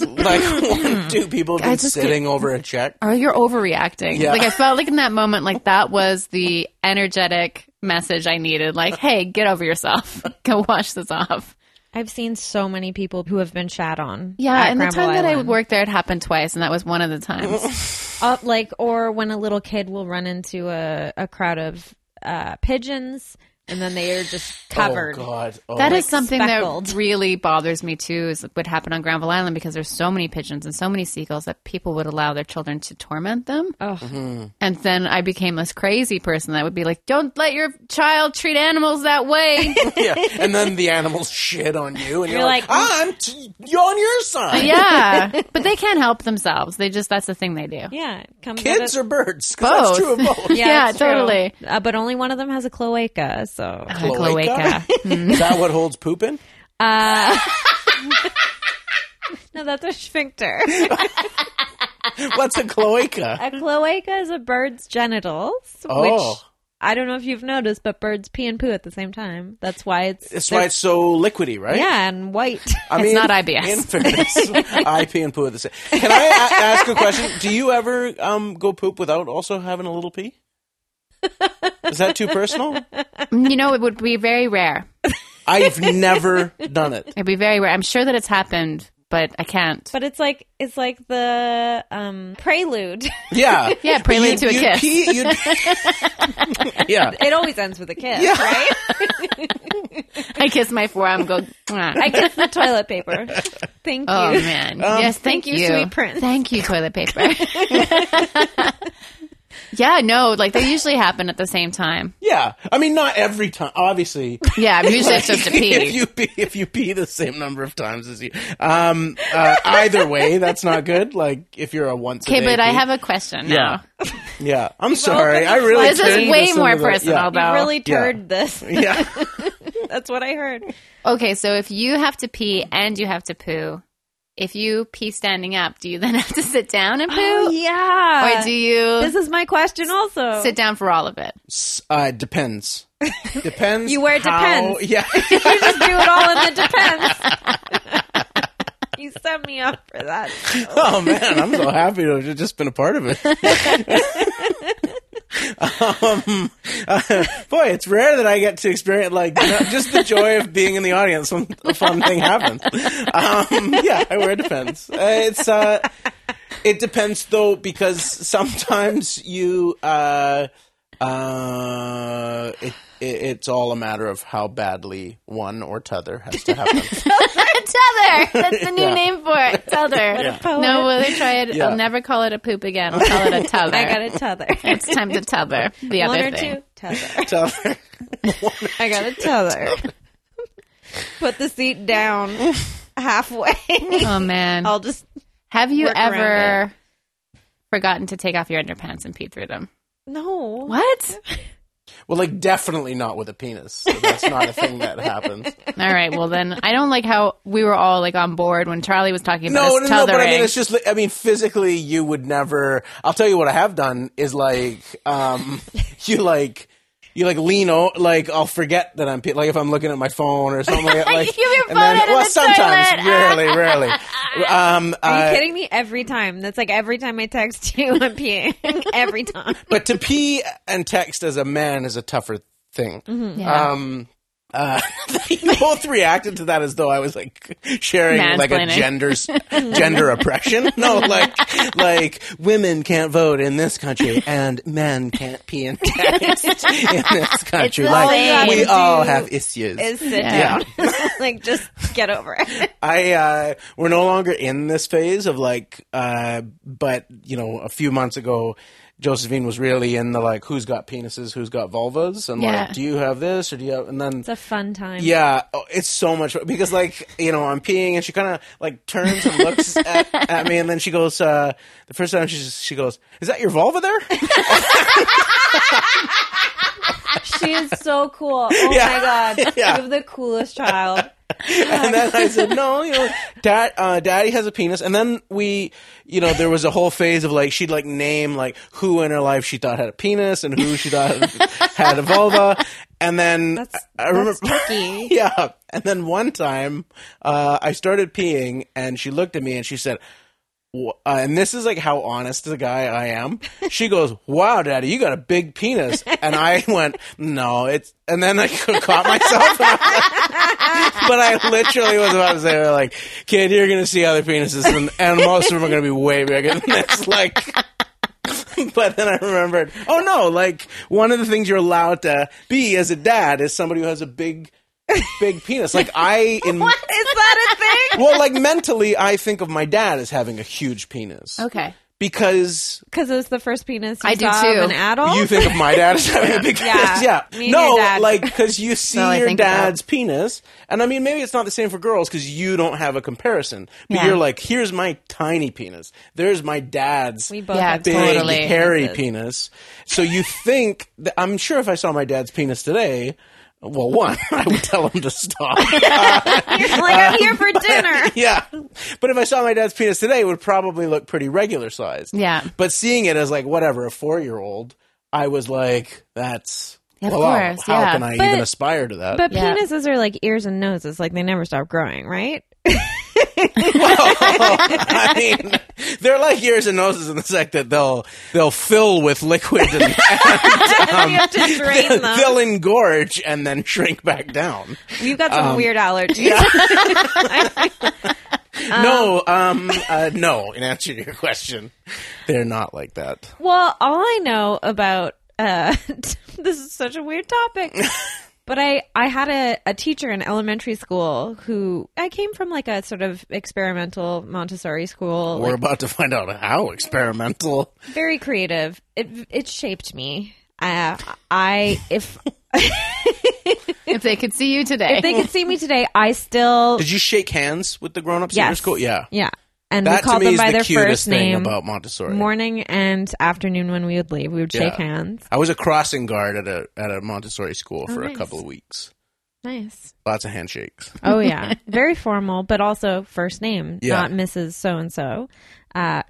S2: like, one, two people have
S1: I
S2: been
S1: just
S2: sitting over a check.
S1: Or you're overreacting.
S2: Yeah.
S1: Like I felt like in that moment, like that was the energetic message I needed. Like, hey, get over yourself. Go wash this off.
S3: I've seen so many people who have been shat on.
S1: Yeah,
S3: at
S1: and the
S3: Granville
S1: time that I
S3: Island.
S1: worked there, it happened twice, and that was one of the times.
S3: Uh, like, or when a little kid will run into a, a crowd of uh, pigeons and then they are just covered.
S2: Oh God, oh,
S1: That is something
S3: speckled.
S1: that really bothers me too. Is what happened on Granville Island because there's so many pigeons and so many seagulls that people would allow their children to torment them.
S3: Ugh.
S2: Mm-hmm.
S1: And then I became this crazy person that would be like, "Don't let your child treat animals that way."
S2: yeah. And then the animals shit on you, and you're,
S3: You're
S2: like,
S3: like,
S2: I'm t- you're on your side.
S1: yeah, but they can't help themselves. They just that's the thing they do.
S3: Yeah, it comes at
S2: Kids
S3: it-
S2: or birds? 'Cause That's
S1: Both.
S2: true of both.
S1: Yeah,
S3: it's true.
S1: totally.
S3: Uh, but only one of them has a cloaca, so
S1: A
S2: Cloaca? Is that what holds poop in?
S3: no, that's a sphincter.
S2: What's a cloaca?
S3: a cloaca is a bird's genitals,
S2: Oh.
S3: which I don't know if you've noticed, but birds pee and poo at the same time. That's why it's
S2: That's why it's so liquidy, right?
S3: yeah and white.
S2: I
S1: It's not IBS.
S2: In fairness, IP and poo are the same. Can I a- ask a question? Do you ever um, go poop without also having a little pee? Is that too personal?
S1: Mm, You know, it would be very rare.
S2: I've never done it.
S1: It'd be very rare. I'm sure that it's happened, but I can't.
S3: but it's like it's like the um, prelude.
S2: Yeah.
S1: Yeah, prelude
S2: You'd-
S1: to a
S2: you'd
S1: kiss.
S2: pee- you'd- yeah.
S3: it always ends with a kiss,
S2: Yeah.
S3: right?
S1: I kiss my forearm. Go. "Mwah."
S3: I kiss the toilet paper. Thank
S1: Oh
S3: you. Um,
S1: man! yes, thank,
S3: thank you, sweet prince.
S1: Thank you, toilet paper. yeah, no, like they usually happen at the same time.
S2: Yeah. I mean, not every time, obviously.
S1: Yeah, usually it's just a
S2: if
S1: pee.
S2: you pee, if you pee the same number of times as you, um, uh, either way, that's not good. Like if you're a once.
S1: Okay, but I have a question now.
S2: Yeah, I'm sorry. I really.
S1: This is
S2: turned
S1: way
S2: into
S1: more
S2: the-
S1: personal,
S2: yeah.
S1: though.
S3: You really
S2: Yeah.
S3: turd this.
S2: Yeah.
S3: That's what I heard.
S1: Okay, so if you have to pee and you have to poo, if you pee standing up, do you then have to sit down and poo,
S3: Oh, yeah.
S1: or do you
S3: This is my question also.
S1: sit down for all of it?
S2: S- Uh, depends. Depends.
S3: You wear
S2: how-
S3: depends.
S2: Yeah.
S3: you just do it all in the defense. you set me up for that.
S2: oh man, I'm so happy to have just been a part of it. um, uh, boy, it's rare that I get to experience like not- just the joy of being in the audience when a fun thing happens. Um, yeah, I wear depends. Uh, it's uh, it depends though because sometimes you uh, uh, it, it, it's all a matter of how badly one or t'other has to happen.
S1: Tether. That's the new
S2: Yeah.
S1: name for it. Tether.
S3: poet.
S1: No, will they try it?
S2: Yeah.
S1: I'll never call it a poop again. I'll call it a tether.
S3: I got a tether.
S1: It's time to tether. The
S3: One
S1: other
S3: or
S1: thing.
S3: two tether.
S2: T'other.
S3: I got a tether. Put the seat down halfway.
S1: Oh man.
S3: I'll just
S1: Have you
S3: work around
S1: ever forgotten to take off your underpants and pee through them?
S3: no.
S1: What?
S2: Well, like definitely not with a penis. So that's not a thing that happens.
S1: all right. Well, then I don't like how we were all like on board when Charlie was talking about
S2: No, no,
S1: his
S2: no.
S1: tethering.
S2: But I mean, it's just. like- I mean, physically, you would never. I'll tell you what I have done is like, um, you like. You like lean o like I'll forget that I'm pe- like if I'm looking at my phone or something like, like
S1: Give your
S2: and
S1: phone out of
S2: well
S1: the
S2: sometimes
S1: toilet.
S2: rarely rarely um
S3: Are you
S2: uh,
S3: kidding me? Every time. That's like every time I text you, I'm peeing. every time.
S2: but to pee and text as a man is a tougher thing
S1: Yeah.
S2: um uh, you both reacted to that as though I was like sharing like a
S1: Mansplaining.
S2: gender s- gender oppression. No, like like women can't vote in this country and men can't pee in text in this country.
S1: the
S2: like
S1: same.
S2: we all
S3: Do
S2: have issues.
S3: Is sit
S1: Yeah.
S3: down. like just get over it.
S2: I uh, we're no longer in this phase of like, uh, but you know, a few months ago, Josephine was really in the like, who's got penises, who's got vulvas, and
S1: Yeah.
S2: like, do you have this or do you have? And then
S3: It's a fun time.
S2: yeah, oh, it's so much fun because like you know I'm peeing and she kind of like turns and looks at, at me and then she goes uh, the first time she she goes is that your vulva there?
S3: She is so cool. Oh
S2: Yeah.
S3: my god.
S2: Yeah.
S3: You have the coolest child.
S2: and then I said no, you know, dad, uh, daddy has a penis. And then we you know there was a whole phase of like she'd like name like who in her life she thought had a penis and who she thought had a vulva. And then
S3: That's,
S2: I remember
S3: that's tricky.
S2: yeah. And then one time, uh, I started peeing, and she looked at me and she said, w- uh, and this is like how honest the guy I am. She goes, "Wow, Daddy, you got a big penis," and I went, "No, it's." And then I caught myself, and I was like- but I literally was about to say, "Like, kid, you're gonna see other penises, and, and most of them are gonna be way bigger than this." Like, but then I remembered, oh no, like one of the things you're allowed to be as a dad is somebody who has a big, big penis. Like I in
S3: that a thing?
S2: well, like mentally, I think of my dad as having a huge penis
S1: Okay.
S2: because
S3: Because it was the first penis you
S1: I do
S3: saw
S1: too.
S3: of an adult.
S1: Oh.
S2: you think of my dad as having a big penis.
S3: Yeah.
S2: Yeah,
S3: Me and
S2: no,
S3: your dad.
S2: like because you see
S1: all I
S2: your
S1: think about.
S2: dad's penis, and I mean maybe it's not the same for girls because you don't have a comparison, but
S1: Yeah.
S2: you're like, here's my tiny penis. There's my dad's.
S3: we both
S1: Yeah,
S3: have
S2: big
S1: Totally.
S2: hairy
S3: penises.
S2: penis. So you think that I'm sure if I saw my dad's penis today, well, one, I would tell him to stop.
S3: You're like I'm here for dinner.
S2: yeah, but if I saw my dad's penis today, it would probably look pretty regular sized.
S1: Yeah.
S2: but seeing it as like whatever a four year old, I was like, that's
S1: Of
S2: wow,
S1: course,
S2: how
S1: yeah.
S2: can I
S3: But-
S2: even aspire to that?
S3: But
S1: Yeah.
S3: penises are like ears and noses; like they never stop growing, right?
S2: I mean, they're like ears and noses in the fact that they'll they'll fill with liquid and,
S3: you have to drain them.
S2: Um, they'll engorge and then shrink back down.
S3: You've got
S2: um,
S3: some weird allergies.
S2: no, um, uh, no. In answer to your question, they're not like that.
S3: Well, all I know about uh, this is such a weird topic. But I, I had a, a teacher in elementary school who I came from like a sort of experimental Montessori school,
S2: We're
S3: like
S2: about to find out how experimental.
S3: very creative. It it shaped me. Uh, I if
S1: If they could see you today.
S3: if they could see me today, I still
S2: Did you shake hands with the grown-ups in your
S3: yes,
S2: school? Yeah,
S3: yeah. And
S2: that
S3: we
S2: to
S3: called
S2: me
S3: them
S2: is
S3: by
S2: the
S3: their
S2: cutest
S3: first
S2: thing
S3: name.
S2: about Montessori.
S3: Morning and afternoon when we would leave, we would shake
S2: Yeah.
S3: hands.
S2: I was a crossing guard at a at a Montessori school for
S3: Oh, nice.
S2: a couple of weeks.
S3: Nice.
S2: Lots of handshakes.
S3: Oh yeah, very formal, but also first name,
S2: Yeah.
S3: not Mrs. So and So.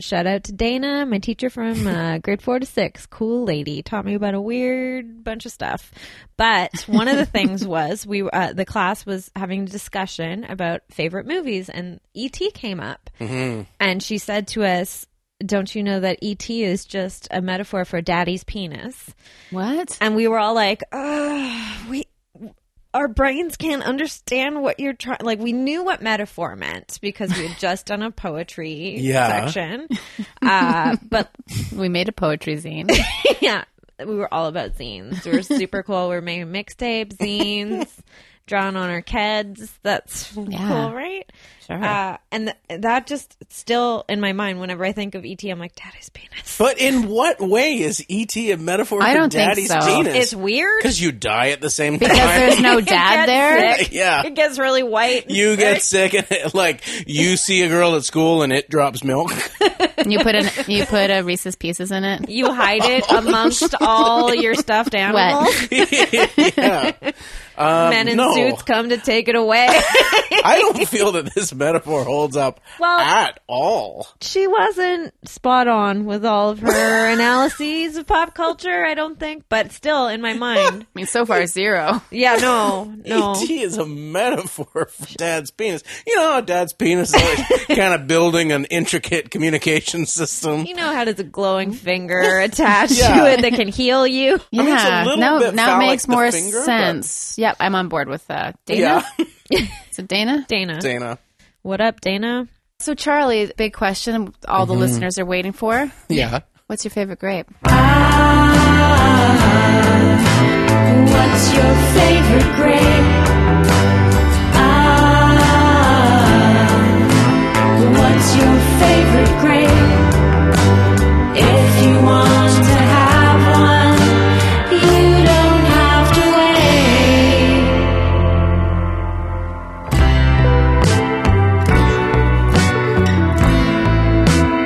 S3: Shout out to Dana, my teacher from uh, grade four to six. Cool lady, taught me about a weird bunch of stuff. But one of the things was we uh, the class was having a discussion about favorite movies, and ET came up, and she said to us. Don't you know that ET is just a metaphor for daddy's penis?
S1: what?
S3: and we were all like, Ugh, we our brains can't understand what you're trying. Like we knew what metaphor meant because we had just done a poetry
S2: Yeah.
S3: section, uh, but
S1: We made a poetry zine.
S3: yeah, we were all about zines. We were super cool. We were making mixtapes, zines, drawing on our kids. That's cool, right?
S1: Sure.
S3: Uh, and th- that just still in my mind whenever I think of ET, I'm like, Daddy's penis.
S2: But in what way is ET a metaphor
S1: I
S2: for
S1: don't think
S2: Daddy's
S1: so.
S2: penis?
S3: It's weird.
S2: because you die at the same
S1: Because
S2: time.
S1: there's no
S3: It gets
S1: dad there.
S3: sick.
S2: Yeah.
S3: It gets really white. and
S2: You
S3: sick.
S2: get sick, and it, like you see a girl at school, and it drops milk.
S1: You put an you put a Reese's pieces in it.
S3: You hide it amongst all your stuffed animals.
S2: yeah.
S3: Men in
S2: Um, no.
S3: suits come to take it away.
S2: I don't feel that this metaphor holds up
S3: Well-
S2: at all.
S3: she wasn't spot on with all of her analyses of pop culture, I don't think, but still in my mind.
S1: I mean, so far zero.
S3: Yeah, no, no.
S2: ET E is a metaphor for dad's penis. You know how dad's penis is always kind of building an intricate communication system.
S3: You know how does a glowing finger attach to
S2: Yeah.
S3: it that can heal you?
S1: Yeah.
S2: mean, it's a little
S1: now
S2: bit
S1: now it
S2: phallic,
S1: makes
S2: the
S1: more
S2: finger, but-
S1: sense. Yep, I'm on board with uh, Dana.
S2: Yeah,
S1: Is it Dana?
S3: Dana.
S2: Dana.
S3: What up, Dana?
S1: So Charlie, big question all
S2: Mm-hmm.
S1: the listeners are waiting for.
S2: Yeah.
S1: What's your favorite grape?
S3: Oh,
S5: What's your favorite grape? Ah, what's your favorite grape? If you want to have one, you don't have to wait.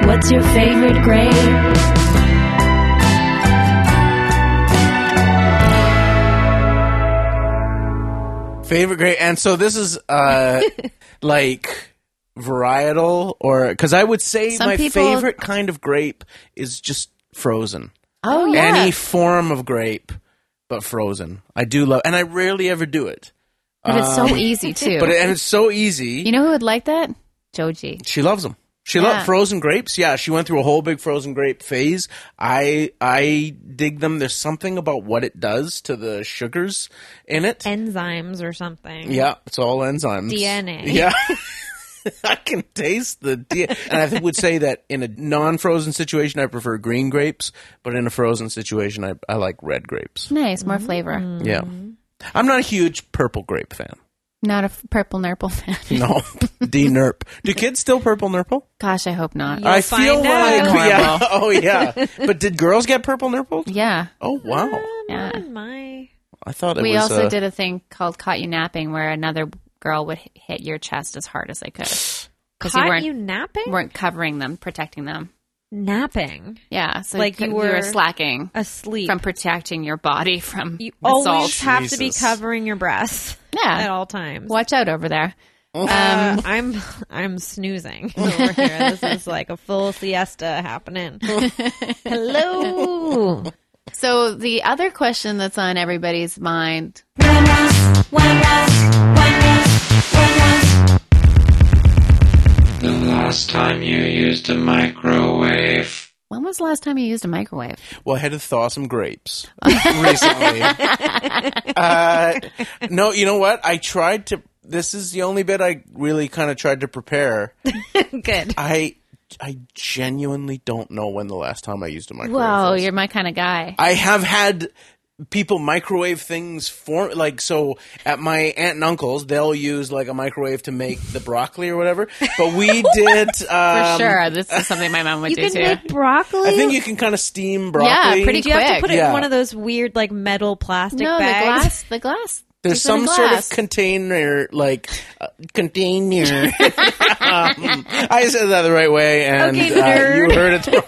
S5: What's your favorite grape?
S2: Favorite grade. And so this is uh like varietal or because I would say
S1: Some
S2: my
S1: people-
S2: favorite kind of grape is just frozen.
S1: Oh yeah.
S2: Any form of grape, but frozen. I do love, and I rarely ever do it.
S1: but it's so easy too.
S2: um, But and it's so easy.
S1: you know who would like that? Joji.
S2: She loves them. She
S1: Yeah.
S2: loved frozen grapes. Yeah, she went through a whole big frozen grape phase. I I dig them. There's something about what it does to the sugars in it.
S3: Enzymes or something.
S2: yeah, it's all enzymes.
S3: DNA.
S2: Yeah. I can taste the D. And I think would say that in a non-frozen situation, I prefer green grapes, but in a frozen situation, I, I like red grapes.
S1: Nice,
S3: Mm.
S1: more flavor.
S2: Yeah, I'm not a huge purple grape fan.
S1: Not a f- purple nurple fan.
S2: No, D nerp. Do kids still purple E nurple?
S1: Gosh, I hope not.
S2: I
S3: find
S2: feel like
S3: out.
S2: yeah. Oh yeah. But did girls get purple nurpled?
S1: yeah.
S2: Oh wow.
S1: Yeah.
S3: My
S2: I thought it
S1: We
S2: was.
S1: also
S2: uh,
S1: did a thing called Caught You Napping where another girl would h- hit your chest as hard as they could. Because you
S3: caught
S1: weren't,
S3: you napping.
S1: weren't covering them, protecting them.
S3: napping
S1: Yeah. So
S3: Like
S1: you,
S3: you
S1: could- you
S3: were-
S1: were slacking
S3: asleep.
S1: from protecting your body from
S3: you
S1: the
S3: always
S1: salt.
S3: have to be
S2: Jesus.
S3: covering your breasts
S1: Yeah.
S3: at all times.
S1: Watch out over there.
S3: Uh, I'm I'm snoozing over here. This is like a full siesta happening. Hello.
S1: So the other question that's on everybody's mind
S6: The last time you used a microwave.
S1: when was the last time you used a microwave?
S2: Well, I had to thaw some grapes recently. uh, no, you know what? I tried to. This is the only bit I really kind of tried to prepare.
S3: Good.
S2: I I genuinely don't know when the last time I used a microwave.
S1: Whoa,
S2: was.
S1: you're my kind of guy.
S2: I have had people microwave things for like so at my aunt and uncle's they'll use like a microwave to make the broccoli or whatever but we did
S1: For
S2: um,
S1: sure. This is something my mom would
S3: You
S1: do
S3: can
S1: too.
S3: make broccoli.
S2: i think you can kind of steam broccoli
S1: pretty
S3: Do you have to
S1: Quick,
S3: put it in
S2: yeah.
S3: one of those weird like metal plastic
S1: no,
S3: bags?
S1: the glass. The glass.
S2: There's
S1: It's in a
S2: some sort of
S1: glass.
S2: container, like uh, container. um, I said that the right way, and
S3: Okay,
S2: uh, you
S3: nerd.
S2: heard it. The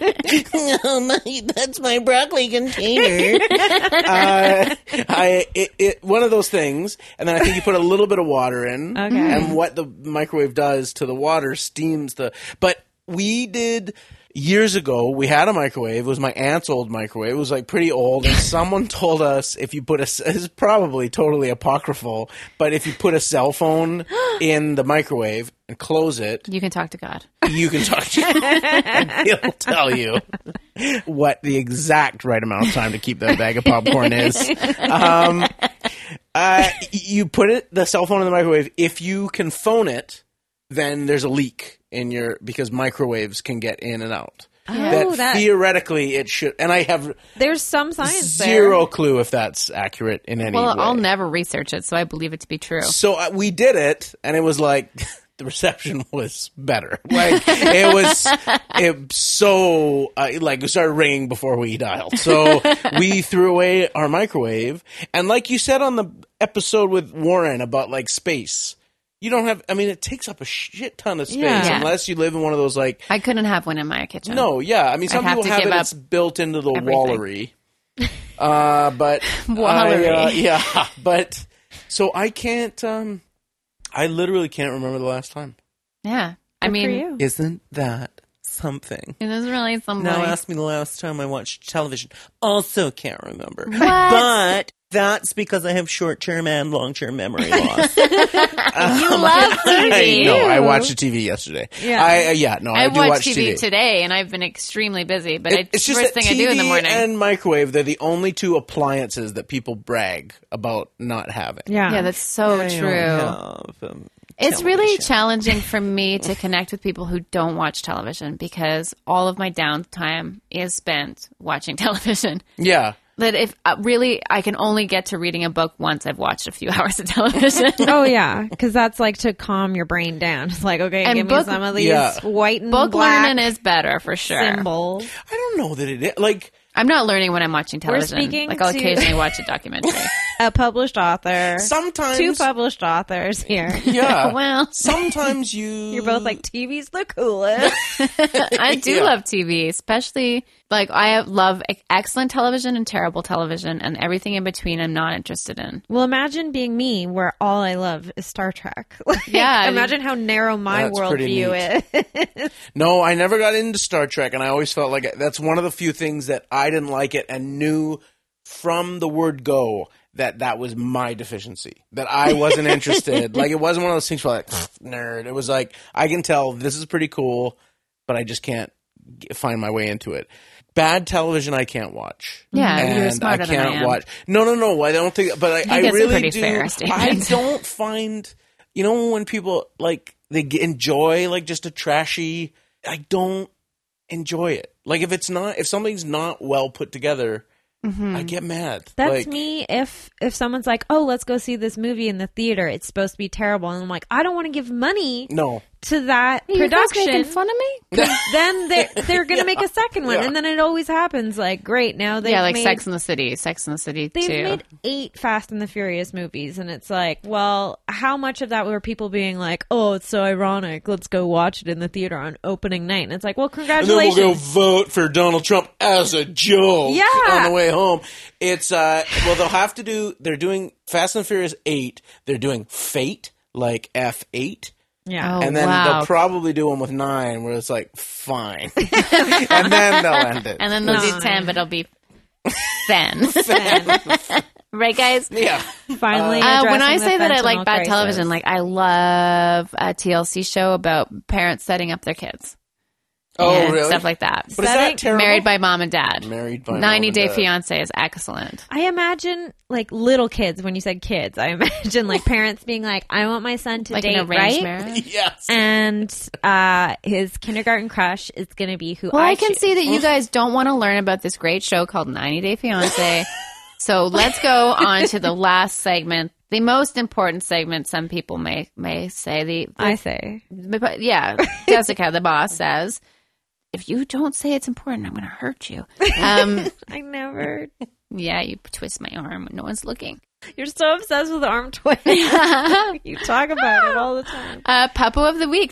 S2: right
S4: oh my, that's my broccoli container.
S2: uh, I it, it, one of those things, and then I think you put a little bit of water in,
S3: Okay.
S2: and what the microwave does to the water steams the. But we did years ago. We had a microwave. It was my aunt's old microwave. It was like pretty old, and someone told us if you put a, it's probably totally apocryphal, but if you put a cell phone in the microwave and close it,
S1: You can talk to God.
S2: you can talk to and he'll tell you what the exact right amount of time to keep that bag of popcorn is. Um, uh, you put it the cell phone in the microwave. If you can phone it, then there's a leak in your because microwaves can get in and out.
S3: Oh, that-
S2: theoretically it should, and I have
S3: There's some science
S2: zero clue if that's accurate in any
S1: Well,
S2: way.
S1: I'll never research it, so I believe it to be true.
S2: So uh, we did it, and it was like the reception was better. Like it was, it so uh, like it started ringing before we dialed. So we threw away our microwave, and like you said on the episode with Warren about like space. You don't have. I mean, it takes up a shit ton of space
S3: Yeah.
S1: Yeah.
S2: unless you live in one of those like.
S1: I couldn't have one in my kitchen.
S2: No, yeah. I mean, some
S1: I'd have
S2: people
S1: to
S2: have it.
S1: give up
S2: It's built into the
S1: everything.
S2: wallery. Uh, but I, uh,
S1: Wallery.
S2: yeah. But so I can't. Um, I literally can't remember the last time.
S1: Yeah. I
S3: there.
S1: mean,
S3: for you.
S4: Isn't that something?
S1: it doesn't really something.
S4: Now ask me the last time I watched television. Also can't remember.
S1: What?
S4: But that's because I have short term and long term memory loss.
S1: you love
S2: Hey,
S1: TV.
S2: no, I watched the TV yesterday.
S3: Yeah.
S2: I uh, yeah. No, I,
S1: I
S2: do
S1: watched
S2: watch
S1: TV, today, and I've been extremely busy. But
S2: It-
S1: it's, the first
S2: that
S1: thing I do in the
S2: TV
S1: morning.
S2: and microwave. They're the only two appliances that people brag about not having.
S3: Yeah.
S1: yeah, that's so
S4: I don't
S1: true.
S4: have, um,
S1: It's really
S4: television.
S1: challenging for me to connect with people who don't watch television because all of my downtime is spent watching television.
S2: Yeah.
S1: That if uh, really, I can only get to reading a book once I've watched a few hours of television.
S3: oh yeah, because that's like to calm your brain down. It's like okay,
S1: And
S3: give
S1: book-
S3: me some of these
S2: Yeah.
S3: white and
S1: book
S3: black
S1: learning is better for sure.
S3: symbols.
S2: I don't know that it is like.
S1: I'm not learning when I'm watching television.
S3: speaking
S1: like I'll
S3: to-
S1: occasionally watch a documentary.
S3: A published author.
S2: Sometimes-
S3: two published authors here.
S2: Yeah.
S1: well,
S2: Sometimes you
S3: You're both like TV's the coolest.
S1: I do
S2: Yeah.
S1: love TV, especially like I love ex- excellent television and terrible television, and everything in between. I'm not interested in.
S3: Well, imagine being me, where all I love is Star Trek. Like,
S1: Yeah.
S3: imagine how narrow my
S2: That's pretty
S3: worldview is.
S2: No, I never got into Star Trek, and I always felt like that's one of the few things that I didn't like it and knew from the word go that that was my deficiency, that I wasn't interested. Like, it wasn't one of those things where, like, nerd. It was like, I can tell this is pretty cool, but I just can't g- find my way into it. Bad television, I can't watch.
S1: Yeah, you're
S2: and I
S1: smarter
S2: can't
S1: than I am.
S2: watch. No, no, no. I don't think, but I, I,
S1: that's a
S2: really
S1: pretty
S2: do.
S1: fair
S2: I
S1: statement.
S2: don't find, you know, when people like they g- enjoy like just a trashy. I don't enjoy it. Like if it's not if something's not well put together, I get mad.
S3: That's
S2: Like,
S3: me. If if someone's like, "Oh, let's go see this movie in the theater. It's supposed to be terrible," and I'm like, "I don't want to give money
S2: No,
S3: to that
S1: Are you guys
S3: production."
S1: making fun of me?
S3: then they they're gonna make a second one,
S2: Yeah.
S3: and then it always happens. Like, great, now they
S1: yeah, like
S3: made,
S1: Sex in the City, Sex in the City
S3: They've
S1: too.
S3: made eight Fast and the Furious movies, and it's like, well, how much of that were people being like, "Oh, it's so ironic. Let's go watch it in the theater on opening night." And it's like, well,
S2: and then we'll
S3: congratulations.
S2: go vote for Donald Trump as a joke
S3: Yeah.
S2: on the way home. It's uh well they'll have to do they're doing Fast and Furious 8, they're doing Fate like F8
S3: yeah,
S1: Oh,
S2: and then
S1: wow.
S2: they'll probably do one with 9 where it's like fine. and then they'll end it.
S1: and then they'll do
S3: No.
S1: 10, but it'll be then.
S3: And
S1: right, guys?
S2: yeah.
S3: finally,
S1: Oh. Uh, when I
S3: addressing
S1: say
S3: the
S1: that I like
S3: fentanyl
S1: bad
S3: crisis.
S1: television, like I love a TLC show about parents setting up their kids.
S2: Oh
S1: and
S2: really?
S1: Stuff like that.
S2: but is that terrible?
S1: Married by Mom and Dad.
S2: Married by
S1: 90
S2: Mom
S1: Day
S2: and Dad.
S1: Fiance is excellent.
S3: I imagine like little kids. When you said kids, I imagine like parents being like, "I want my son to
S1: Like
S3: date
S1: an
S3: right."
S1: arranged marriage.
S2: Yes.
S3: And uh, his kindergarten crush is going to be who
S1: Well,
S3: I,
S1: I can
S3: choose.
S1: see that you guys don't want to learn about this great show called 90 Day Fiance. so let's go on to the last segment, the most important segment. Some people may may say the, the-
S3: I say.
S1: but yeah, Jessica, the boss says, if you don't say it's important, I'm going to hurt you. Um,
S3: I never.
S1: yeah, you twist my arm when no one's looking.
S3: You're so obsessed with arm twists. you talk about it all the time.
S1: Uh, Puppo of the week.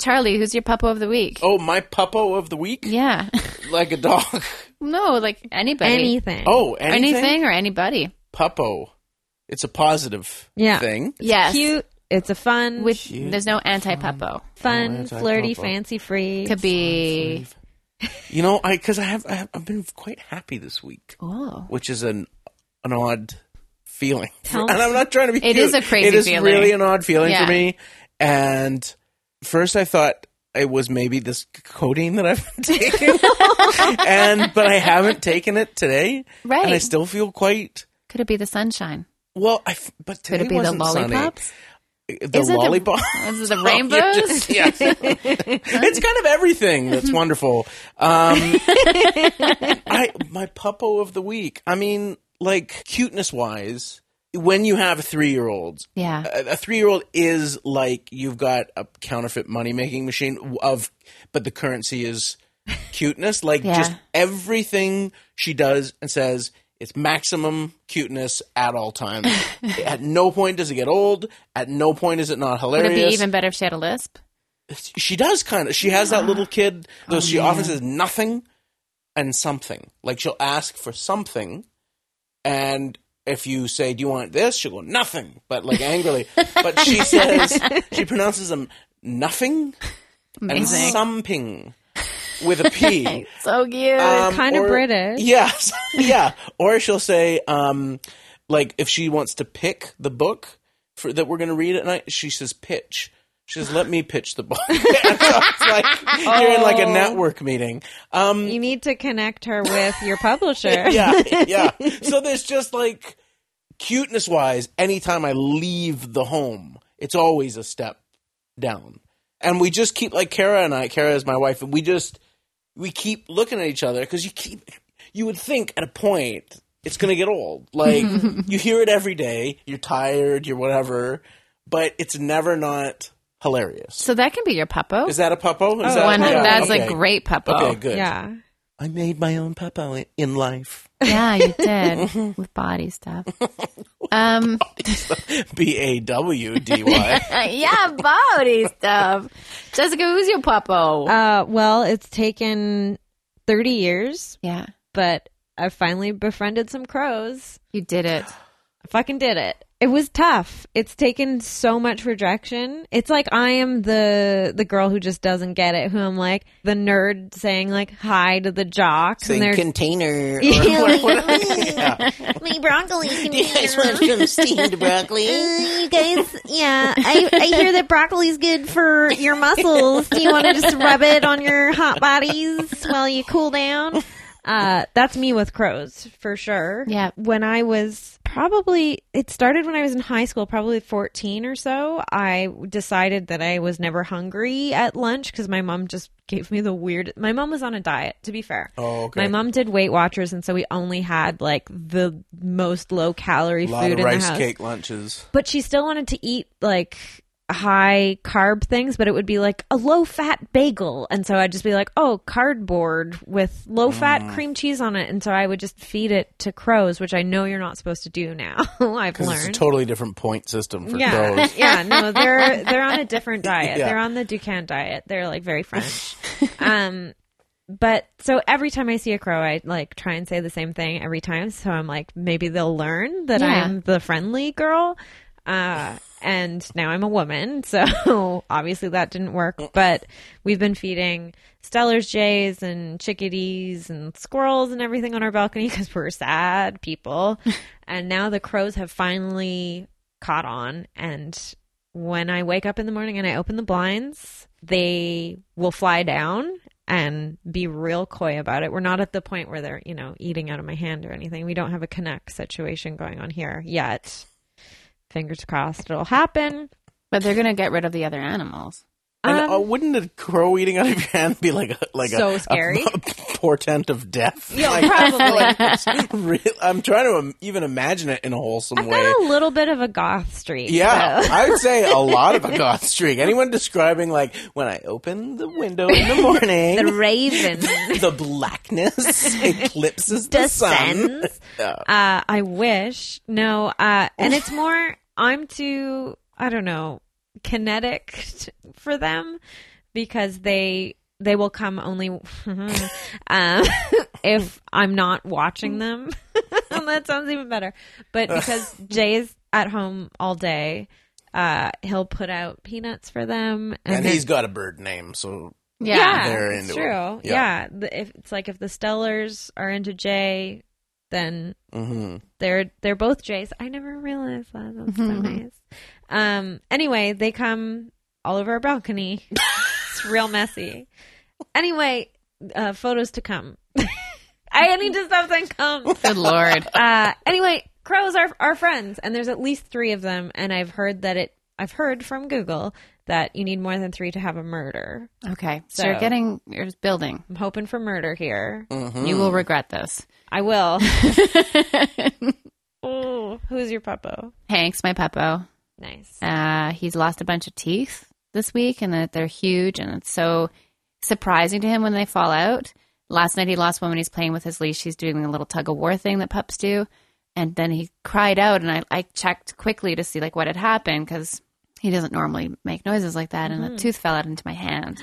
S1: Charlie, who's your Puppo of the week?
S2: Oh, my puppo of the week?
S1: Yeah.
S2: Like a dog.
S1: No, like anybody.
S3: Anything.
S2: Oh, anything?
S1: Anything or anybody.
S2: Puppo. It's a positive
S3: Yeah.
S2: thing.
S1: Yes.
S3: cute. It's a fun,
S1: With
S2: Cute.
S1: there's no anti Peppo.
S2: Oh,
S3: fun,
S2: that's
S3: flirty,
S2: eye-pop-up.
S3: fancy free.
S1: Could be
S2: You know, I because I have, I have I've been quite happy this week,
S1: oh.
S2: which is an an odd feeling,
S3: Tell
S2: and I'm not trying to be.
S1: It
S2: cute.
S1: is a crazy
S2: It is
S1: feeling.
S2: really an odd feeling
S1: Yeah.
S2: for me. And first, I thought it was maybe this codeine that I've been taking, and but I haven't taken it today,
S1: Right.
S2: And I still feel quite
S1: Could it be the sunshine?
S2: well. I f- but
S1: Could
S2: today
S1: it be the
S2: wasn't
S1: lollipops?
S2: Sunny. The
S1: Is it the-
S2: lollipop.
S1: Is it the
S2: Oh, you're
S1: rainbows?
S2: just- yes. it's kind of everything that's wonderful. Um, I my puppo of the week. I mean, like cuteness wise, when you have three year olds,
S1: yeah.
S2: a, a three year old is like you've got a counterfeit money making machine of, but the currency is cuteness. Like
S1: Yeah.
S2: just everything she does and says. It's maximum cuteness at all times. at no point does it get old. At no point is it not
S1: Would
S2: hilarious
S1: it be even better if she had a lisp?
S2: she does kind of. She has that little kid, though she often says nothing and something. Like she'll ask for something, and if you say, "Do you want this?" she'll go nothing, but like angrily. but she says she pronounces them nothing and
S1: Amazing.
S2: something with a p.
S1: so cute.
S2: Um,
S3: Kinda
S2: or-
S3: British.
S2: Yes, yeah. Or she'll say, um, like if she wants to pick the book for, that we're going to read at night, she says pitch. She says, "Let me pitch the book." And so it's like you're in like
S3: Oh.
S2: a network meeting. Um,
S3: You need to connect her with your publisher.
S2: yeah, yeah. So there's just like cuteness wise, anytime I leave the home, it's always a step down. And we just keep like Kara and I, Kara is my wife, and we just we keep looking at each other because you keep you would think at a point it's gonna get old. Like you hear it every day, you're tired, you're whatever, but it's never not hilarious.
S1: so that can be your Puppo.
S2: Is that a puppo? Is
S3: Oh,
S2: that
S1: One-
S3: yeah,
S1: that's
S2: okay.
S1: a great Puppo.
S2: Okay, good.
S3: Yeah.
S4: I made my own papa in- in life.
S1: Yeah, you did with body stuff. Um,
S2: B A W D Y.
S1: Uh, yeah, body stuff. Jessica, who's your Puppo?
S3: Uh, well, it's taken 30 years,
S1: yeah,
S3: but I finally befriended some crows.
S1: you did it.
S3: I fucking did it. It was tough. It's taken so much rejection. It's like I am the the girl who just doesn't get it, who I'm like the nerd saying like hi to the jocks and they're
S4: container.
S3: me broccoli.
S4: guys want some steamed broccoli?
S3: Uh, you guys, yeah, I, I hear that broccoli's good for your muscles. Do you want to just rub it on your hot bodies while you cool down? Uh, that's me with crows for sure.
S1: Yeah.
S3: When I was probably, it started when I was in high school, probably 14 or so. I decided that I was never hungry at lunch because my mom just gave me the weird. My mom was on a diet, to be fair.
S2: Oh, okay.
S3: My mom did Weight Watchers, and so we only had like the most low calorie
S2: A lot
S3: food
S2: of
S3: in the
S2: rice
S3: house
S2: cake lunches.
S3: but she still wanted to eat like high carb things but it would be like a low fat bagel and so i'd just be like oh cardboard with low fat
S2: Mm.
S3: cream cheese on it and so i would just feed it to crows which i know you're not supposed to do now i've
S2: Because it's a
S3: learned
S2: totally different point system for
S3: yeah
S2: crows.
S3: yeah no they're they're on a different diet
S2: Yeah.
S3: they're on the ducan diet they're like very french um but so every time i see a crow i like try and say the same thing every time so i'm like maybe they'll learn that
S1: Yeah.
S3: i'm the friendly girl uh and now i'm a woman so obviously that didn't work but we've been feeding stellar's jays and chickadees and squirrels and everything on our balcony because we're sad people and now the crows have finally caught on and when I wake up in the morning and I open the blinds, they will fly down and be real coy about it. We're not at the point where they're, you know, eating out of my hand or anything. We don't have a connect situation going on here yet. Fingers crossed it'll happen.
S1: But they're gonna get rid of the other animals.
S2: and
S3: Um,
S2: uh, wouldn't a crow eating out of your hand be like a, like a-
S3: So
S2: a,
S3: scary?
S2: a portent of death?
S3: Yeah,
S2: Like,
S3: probably.
S2: it's real- I'm trying to im- even imagine it in a wholesome
S3: I've
S2: way.
S3: got a little bit of a goth streak.
S2: Yeah,
S3: so-
S2: I would say a lot of a goth streak. Anyone describing like when I open the window in the
S3: the
S2: morning,
S3: raven
S2: the blackness eclipses the sun.
S3: descends.
S2: Yeah.
S3: Uh, I wish. No, uh, and it's more, I'm too, I don't know, kinetic t- for them because they they will come only um, if I'm not watching them. that sounds even better. But because Jay is at home all day, uh, he'll put out peanuts for them.
S2: And
S3: then-
S2: he's got a bird name, so
S1: Yeah.
S2: they're
S3: it's
S2: into
S3: true.
S2: him. Yeah.
S3: Yeah. The- if, it's like if the Stellars are into Jay, then
S2: mhm.
S3: they're they're both Jays. I never realized that. That's
S2: Mm-hmm.
S3: so nice. Um. Anyway, they come all over our balcony. it's real messy. Anyway, uh, photos to come. I need to stop saying come.
S1: Good lord.
S3: Uh. Anyway, crows are are friends, and there's at least three of them. And I've heard that it. I've heard from Google that you need more than three to have a murder.
S1: Okay. So,
S3: So-
S1: you're getting you're building.
S3: I'm hoping for murder here.
S2: Mm. mm-hmm.
S1: You will regret this.
S3: I will. Ooh, who's your puppo?
S1: Hank's my puppo.
S3: Nice.
S1: Uh, he's lost a bunch of teeth this week, and that they're huge, and it's so surprising to him when they fall out. Last night he lost one when he's playing with his leash. He's doing the little tug of war thing that pups do, and then he cried out, and I, I checked quickly to see like what had happened because he doesn't normally make noises like that, and a tooth fell out into my hand.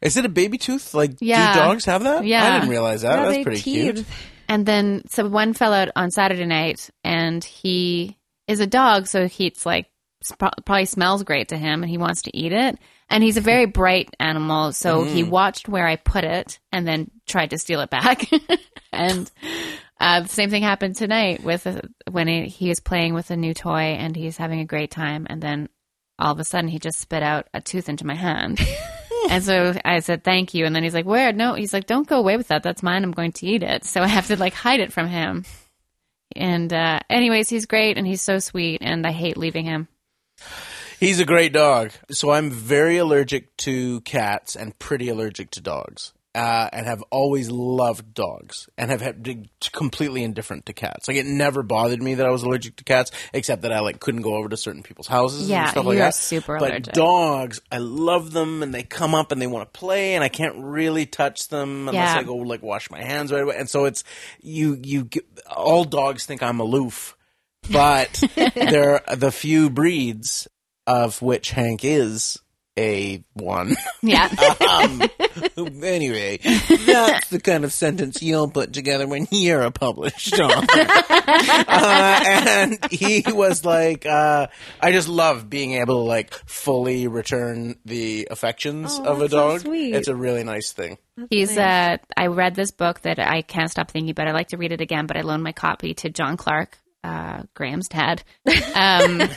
S2: Is it a baby tooth? Like,
S1: Yeah.
S2: do dogs have that? I
S1: Yeah.
S2: didn't realize that.
S3: Yeah,
S2: That's
S3: they
S2: pretty cute.
S3: teed.
S1: And then so one fell out on Saturday night, and he is a dog, so he's like sp- probably smells great to him, and he wants to eat it. And he's a very bright animal, so he watched where I put it, and then tried to steal it back. and uh, the same thing happened tonight with uh, when he, he was playing with a new toy, and he's having a great time, and then all of a sudden he just spit out a tooth into my hand. And so I said, thank you. And then he's like, where? No, he's like, don't go away with that. That's mine. I'm going to eat it. So I have to like hide it from him. And, uh, anyways, he's great and he's so sweet and I hate leaving him.
S2: He's a great dog. So I'm very allergic to cats and pretty allergic to dogs. Uh, and have always loved dogs and have had d- completely indifferent to cats. Like it never bothered me that I was allergic to cats, except that I like couldn't go over to certain people's houses and
S1: Yeah,
S2: Mm, stuff like
S1: you are
S2: that.
S1: super
S2: but
S1: allergic.
S2: dogs, I love them and they come up and they want to play and I can't really touch them unless
S1: Yeah.
S2: I go like wash my hands right away. And so it's you you get, all dogs think I'm aloof, but there are the few breeds of which Hank is a one.
S1: Yeah.
S2: um, anyway, that's the kind of sentence you'll put together when you're a published author. uh, and he was like, uh, I just love being able to like fully return the affections
S3: Oh,
S2: of a
S3: that's so
S2: dog.
S3: sweet.
S2: It's a really nice thing.
S1: He's, uh, I read this book that I can't stop thinking about. I like to read it again, but I loaned my copy to John Clark, uh, Graham's dad. Um,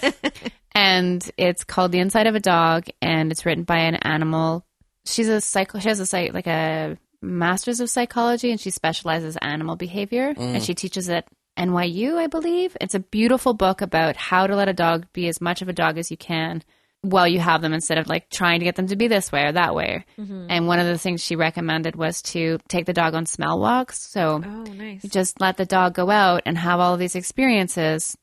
S1: and it's called The Inside of a Dog and it's written by an animal. She's a psycho, she has a psych, like a master's of psychology and she specializes animal behavior and she teaches at NYU, I believe. It's a beautiful book about how to let a dog be as much of a dog as you can while you have them instead of like trying to get them to be this way or that way.
S3: Mm-hmm.
S1: And one of the things she recommended was to take the dog on smell walks. So
S3: Oh, nice.
S1: you just let the dog go out and have all of these experiences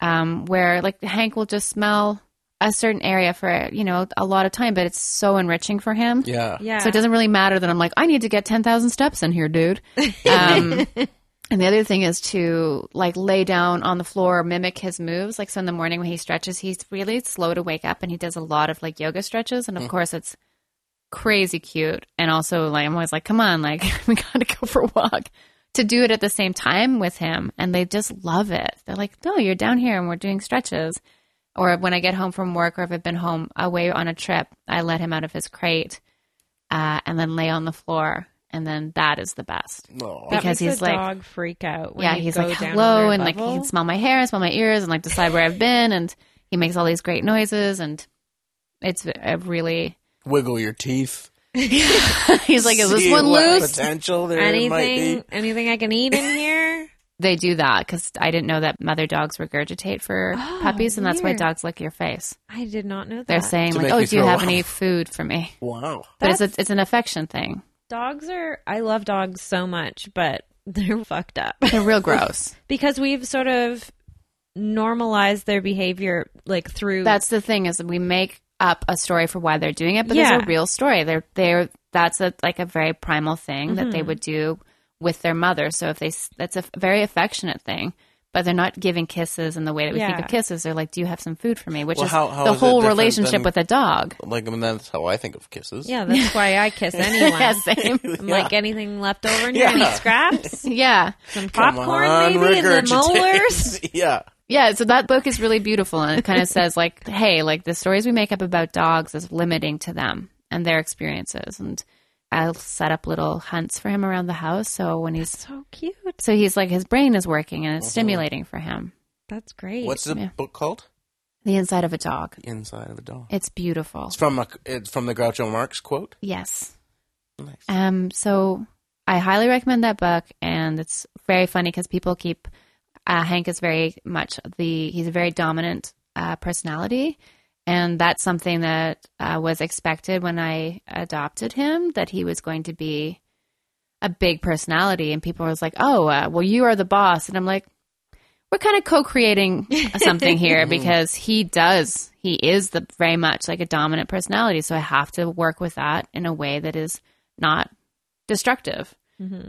S1: um, where like hank will just smell a certain area for you know a lot of time but it's so enriching for him
S2: Yeah.
S3: Yeah.
S1: so it doesn't really matter that i'm like i need to get 10000 steps in here dude um, and the other thing is to like lay down on the floor mimic his moves like so in the morning when he stretches he's really slow to wake up and he does a lot of like yoga stretches and of course it's crazy cute and also like i'm always like come on like we gotta go for a walk to do it at the same time with him and they just love it they're like no you're down here and we're doing stretches or when i get home from work or if i've been home away on a trip i let him out of his crate uh, and then lay on the floor and then that is the best
S3: That
S2: Aw.
S1: because
S3: makes
S1: he's
S3: a
S1: like-
S3: dog freak out. When
S1: yeah
S3: you
S1: he's
S3: go
S1: like
S3: down
S1: hello
S3: another
S1: and like he
S3: level.
S1: can smell my hair and smell my ears and like decide where i've been and he makes all these great noises and it's a really
S2: Wiggle your teeth.
S1: he's like is this
S2: See
S1: one
S2: what
S1: loose
S2: Potential there might
S3: anything,
S2: be.
S3: anything I can eat in here.
S1: They do that because I didn't know that mother dogs regurgitate for
S3: Oh,
S1: puppies, and that's why
S3: weird.
S1: dogs lick your face.
S3: I did not know that.
S1: They're saying
S2: To
S1: like,
S2: make
S1: "Oh,
S2: you
S1: do you
S2: throw
S1: have
S2: up.
S1: any food for me?"
S2: Wow.
S1: But it's, a, it's an affection thing.
S3: dogs are. I love dogs so much, but they're fucked up
S1: They're real gross.
S3: because we've sort of normalized their behavior like through
S1: that's the thing is we make up a story for why they're doing it, but
S3: Yeah.
S1: there's a real story. They're they're that's a, like a very primal thing that
S3: Mm-hmm.
S1: they would do with their mother. So if they s- that's a very affectionate thing. But they're not giving kisses in the way that we think
S3: Yeah.
S1: of kisses. They're like, "Do you have some food for me?" Which
S2: Well,
S1: is
S2: how- how
S1: the
S2: is it
S1: whole
S2: different
S1: relationship
S2: than-
S1: with a dog.
S2: Like, I mean, that's how I think of kisses.
S3: yeah that's why i kiss anyone
S1: Yeah, same.
S3: I'm like anything left over
S2: Yeah.
S3: yeah. any scraps
S1: Yeah.
S3: some
S2: Come
S3: popcorn
S2: on,
S3: maybe and
S2: regurgitate.
S3: the molars
S2: Yeah.
S1: Yeah, so that book is really beautiful and it kind of says like, hey, like the stories we make up about dogs is limiting to them and their experiences and I'll set up little hunts for him around the house so when he's
S3: so cute
S1: so he's like his brain is working and it's stimulating for him.
S3: that's great
S2: What's the
S1: Yeah.
S2: book called?
S1: The inside of a dog.
S2: Inside of a Dog.
S1: It's beautiful.
S2: It's from a it's from the Groucho Marx quote.
S1: Yes.
S2: Nice.
S1: Um, so I highly recommend that book, and it's very funny because people keep uh, Hank is very much the he's a very dominant uh, personality, and that's something that uh, was expected when I adopted him that he was going to be a big personality, and people was like, "Oh, uh, well, you are the boss," and I'm like. We're kind of co-creating something here because he does. He is the very much like a dominant personality, so I have to work with that in a way that is not destructive.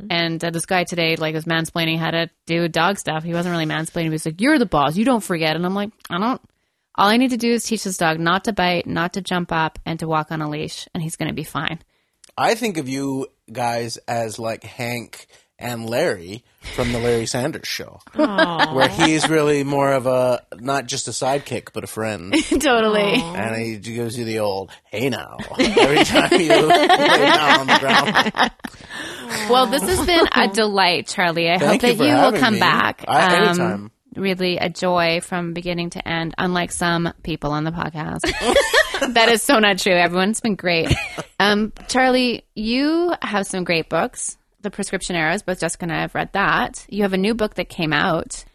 S1: And uh, this guy today, like, was mansplaining how to do dog stuff. He wasn't really mansplaining. He was like, "You're the boss. You don't forget." And I'm like, "I don't. All I need to do is teach this dog not to bite, not to jump up, and to walk on a leash, and he's going to be fine."
S2: I think of you guys as like Hank and Larry from the Larry Sanders Show, where he's really more of a not just a sidekick but a friend,
S1: totally.
S2: and he gives you the old "Hey now" every time you lay down on the ground.
S1: Well, this has been a delight, Charlie. I
S2: Thank you
S1: hope
S2: for
S1: that you will
S2: having
S1: come
S2: me.
S1: back. um,
S2: I- anytime.
S1: Really a joy from beginning to end, unlike some people on the podcast. that is so not true. Everyone's been great. Um, Charlie, you have some great books. The Prescription Arrows, both Jessica and I have read that. You have a new book that came out.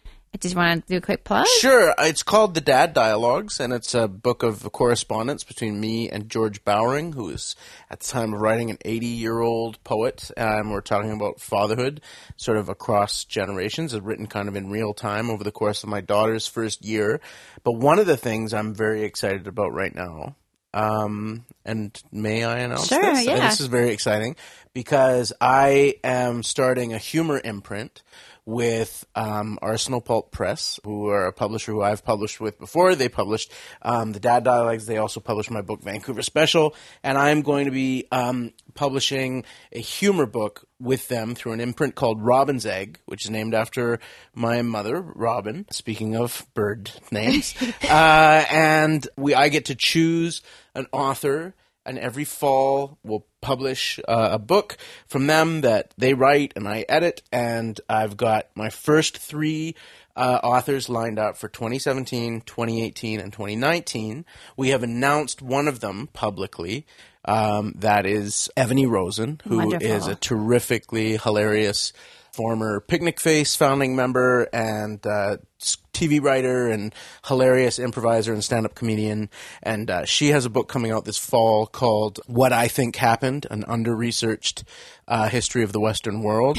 S1: Did you want to do a quick plug?
S2: Sure, it's called The Dad Dialogues, and it's a book of correspondence between me and George Bowring, who is at the time of writing an 80 year old poet. Um, we're talking about fatherhood, sort of across generations. It's written kind of in real time over the course of my daughter's first year. But one of the things I'm very excited about right now. Um, and may I announce
S1: Sure,
S2: this?
S1: yeah.
S2: This is very exciting because I am starting a humor imprint with um, Arsenal Pulp Press, who are a publisher who I've published with before. They published um, the Dad Dialects. They also published my book Vancouver Special, and I'm going to be um, publishing a humor book with them through an imprint called Robin's Egg, which is named after my mother, Robin. Speaking of bird names, uh, and we I get to choose an author and every fall we'll publish uh, a book from them that they write and I edit. And I've got my first three uh, authors lined up for 2017, 2018, and 2019. We have announced one of them publicly. Um, that is Ebony Rosen, who is
S1: Wonderful.
S2: a terrifically hilarious former Picnic Face founding member and uh, s- TV writer and hilarious improviser and stand up comedian. And uh, she has a book coming out this fall called What I Think Happened An Under Researched uh, History of the Western World.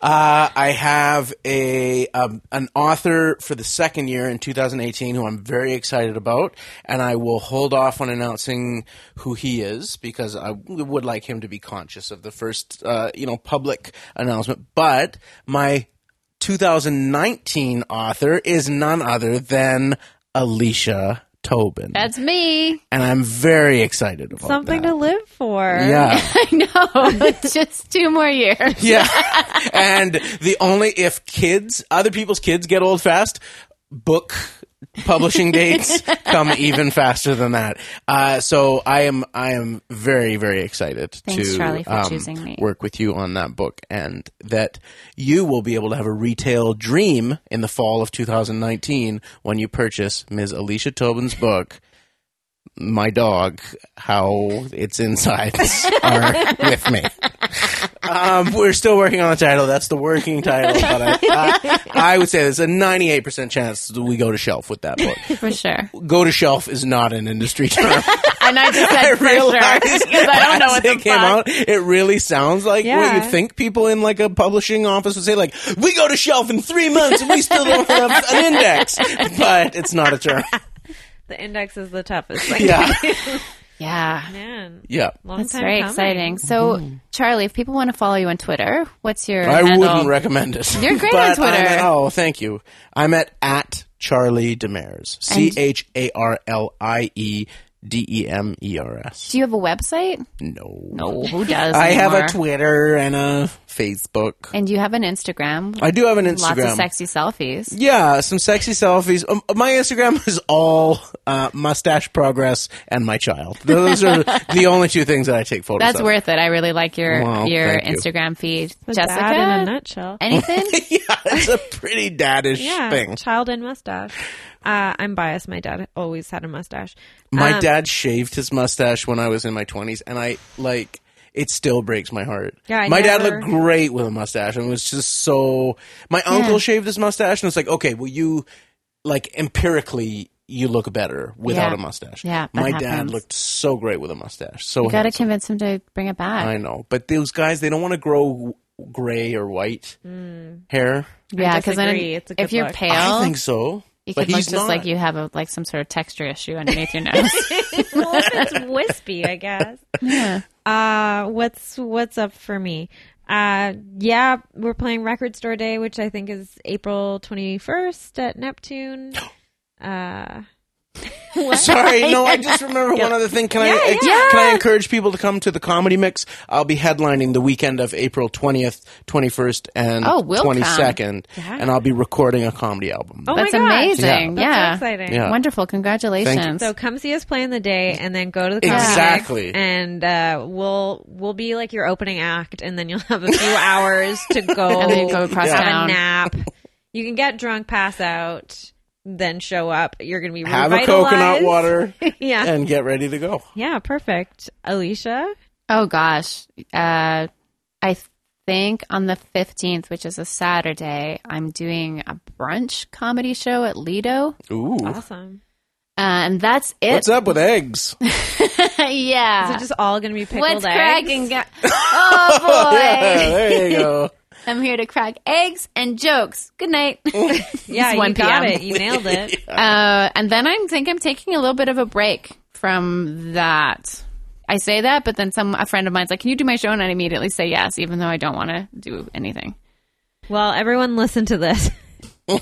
S2: Uh, I have a um, an author for the second year in 2018 who I'm very excited about, and I will hold off on announcing who he is because I w- would like him to be conscious of the first uh, you know public announcement. But my 2019 author is none other than Alicia Tobin,
S1: That's me.
S2: and I'm very excited about
S3: Something
S2: that.
S3: to live for.
S2: yeah.
S1: I know. Just two more years.
S2: Yeah. and the only if kids, other people's kids get old fast, book publishing dates come even faster than that. Uh, so I am I am very very excited
S1: Thanks,
S2: to um,
S1: Charlie, for choosing me.
S2: work with you on that book and that you will be able to have a retail dream in the fall of 2019 when you purchase Ms. Alicia Tobin's book. My dog, how its insides are with me. Um, we're still working on the title. That's the working title. But I, I, I would say there's a 98% chance that we go to shelf with that book.
S1: For sure.
S2: Go to shelf is not an industry term.
S1: And I just
S2: I
S1: said for sure.
S2: realized
S1: Because I don't know
S2: as
S1: what
S2: it
S1: the
S2: came
S1: fuck.
S2: out. It really sounds like what
S3: Yeah.
S2: you think people in like a publishing office would say. Like, we go to shelf in three months and we still don't have an index. But it's not a term.
S3: The index is the toughest. Like,
S2: Yeah,
S1: Yeah.
S3: Man.
S2: yeah.
S3: Long
S1: That's
S3: time
S1: very
S3: coming.
S1: exciting. So, Charlie, if people want to follow you on Twitter, what's your
S2: I
S1: handle?
S2: wouldn't recommend it.
S1: You're great
S2: But
S1: on Twitter.
S2: I'm at- oh, thank you. I'm at at Charlie Demers. C H A R L I E D E M E R S.
S1: Do you have a website?
S2: No.
S1: No, who does?
S2: I have a
S1: anymore?
S2: Twitter and a Facebook.
S1: And you have an Instagram.
S2: I do have an Instagram.
S1: Lots of sexy selfies.
S2: Yeah, some sexy selfies. Um, my Instagram is all uh, mustache progress and my child. Those are the only two things that I take photos
S1: That's
S2: of.
S1: worth it. I really like your
S2: Well,
S1: your
S2: thank you.
S1: Instagram feed.
S3: The
S1: Jessica,
S3: dad in a nutshell.
S1: anything?
S2: yeah, it's a pretty daddish
S3: yeah,
S2: thing.
S3: child and mustache. Uh, I'm biased. My dad always had a mustache.
S2: My
S3: Um,
S2: dad shaved his mustache when I was in my 20s, and I, like, it still breaks my heart.
S3: Yeah, I
S2: my dad
S3: never-
S2: looked great with a mustache, and it was just so. My uncle shaved his mustache, and it's like, okay, well, you, like, empirically, you look better without
S1: Yeah.
S2: a mustache.
S1: Yeah, that
S2: my dad
S1: happens.
S2: looked so great with a mustache. So
S1: You got to
S2: handsome.
S1: convince him to bring it back.
S2: I know, but those guys they don't want to grow gray or white
S1: Hmm.
S2: hair.
S1: yeah, because then
S3: disagree. It's a
S1: if
S3: good
S1: you're
S3: look.
S1: pale,
S2: I think so.
S1: you
S2: but
S1: could look
S2: he's
S1: just
S2: not.
S1: like you have a, like some sort of texture issue underneath your
S3: Oh
S1: nose.
S3: well, if it's wispy, I guess. Uh, what's what's up for me? Uh, yeah, we're playing Record Store Day, which I think is April 21st at Neptune. Uh,
S2: Sorry, no. I just remember one other thing. Can I can I encourage people to come to the comedy mix? I'll be headlining the weekend of April twentieth, twenty first, and
S1: Oh, we'll come.
S2: twenty second, and I'll be recording a comedy album.
S3: oh
S1: That's
S3: my gosh.
S1: amazing.
S3: That's
S1: Yeah.
S3: so exciting.
S2: Yeah.
S1: Wonderful. Congratulations.
S3: So come see us play in the day, and then go to the comedy Mix,
S2: Exactly.
S3: and uh, we'll we'll be like your opening act, and then you'll have a few hours to go
S1: And then go across
S3: have
S1: town.
S3: a nap. You can get drunk, pass out, then show up. You're gonna be
S2: Have a
S3: revitalized.
S2: coconut water
S3: yeah,
S2: and get ready to go.
S3: yeah, perfect, Alicia.
S1: Oh gosh. Uh, I think on the 15th, which is a Saturday, I'm doing a brunch comedy show at Lido.
S2: Ooh,
S3: Awesome.
S1: Uh, and that's it.
S2: what's up with eggs?
S3: Is
S1: yeah.
S3: it just all gonna be pickled
S1: What's
S3: eggs?
S1: cracking? gu- Oh boy.
S2: Yeah, there you go.
S1: I'm here to crack eggs and jokes. Good night.
S3: Oh.
S1: uh,
S3: Yeah,
S1: It's
S3: you
S1: 1
S3: got
S1: p.m.
S3: it. You nailed it.
S1: Uh, and then I think I'm taking a little bit of a break from that. I say that, but then some a friend of mine's like, "Can you do my show?" And I immediately say yes, even though I don't want to do anything.
S3: Well, everyone, listen to this.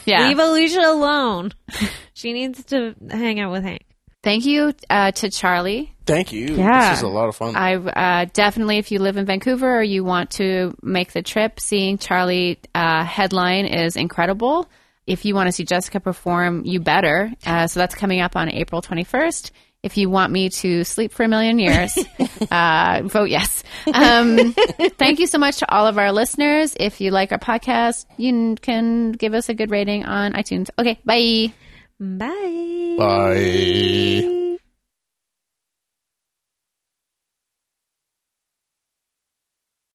S1: Yeah.
S3: Leave Alicia alone. She needs to hang out with Hank.
S1: Thank you uh, to Charlie.
S2: Thank you.
S3: Yeah.
S2: This is a lot of fun.
S1: I uh, definitely, if you live in Vancouver or you want to make the trip, seeing Charlie uh, headline is incredible. If you want to see Jessica perform, you better. Uh, so that's coming up on April 21st. If you want me to sleep for a million years, uh, vote yes. Um, thank you so much to all of our listeners. If you like our podcast, you can give us a good rating on iTunes. Okay, bye.
S3: Bye.
S2: Bye.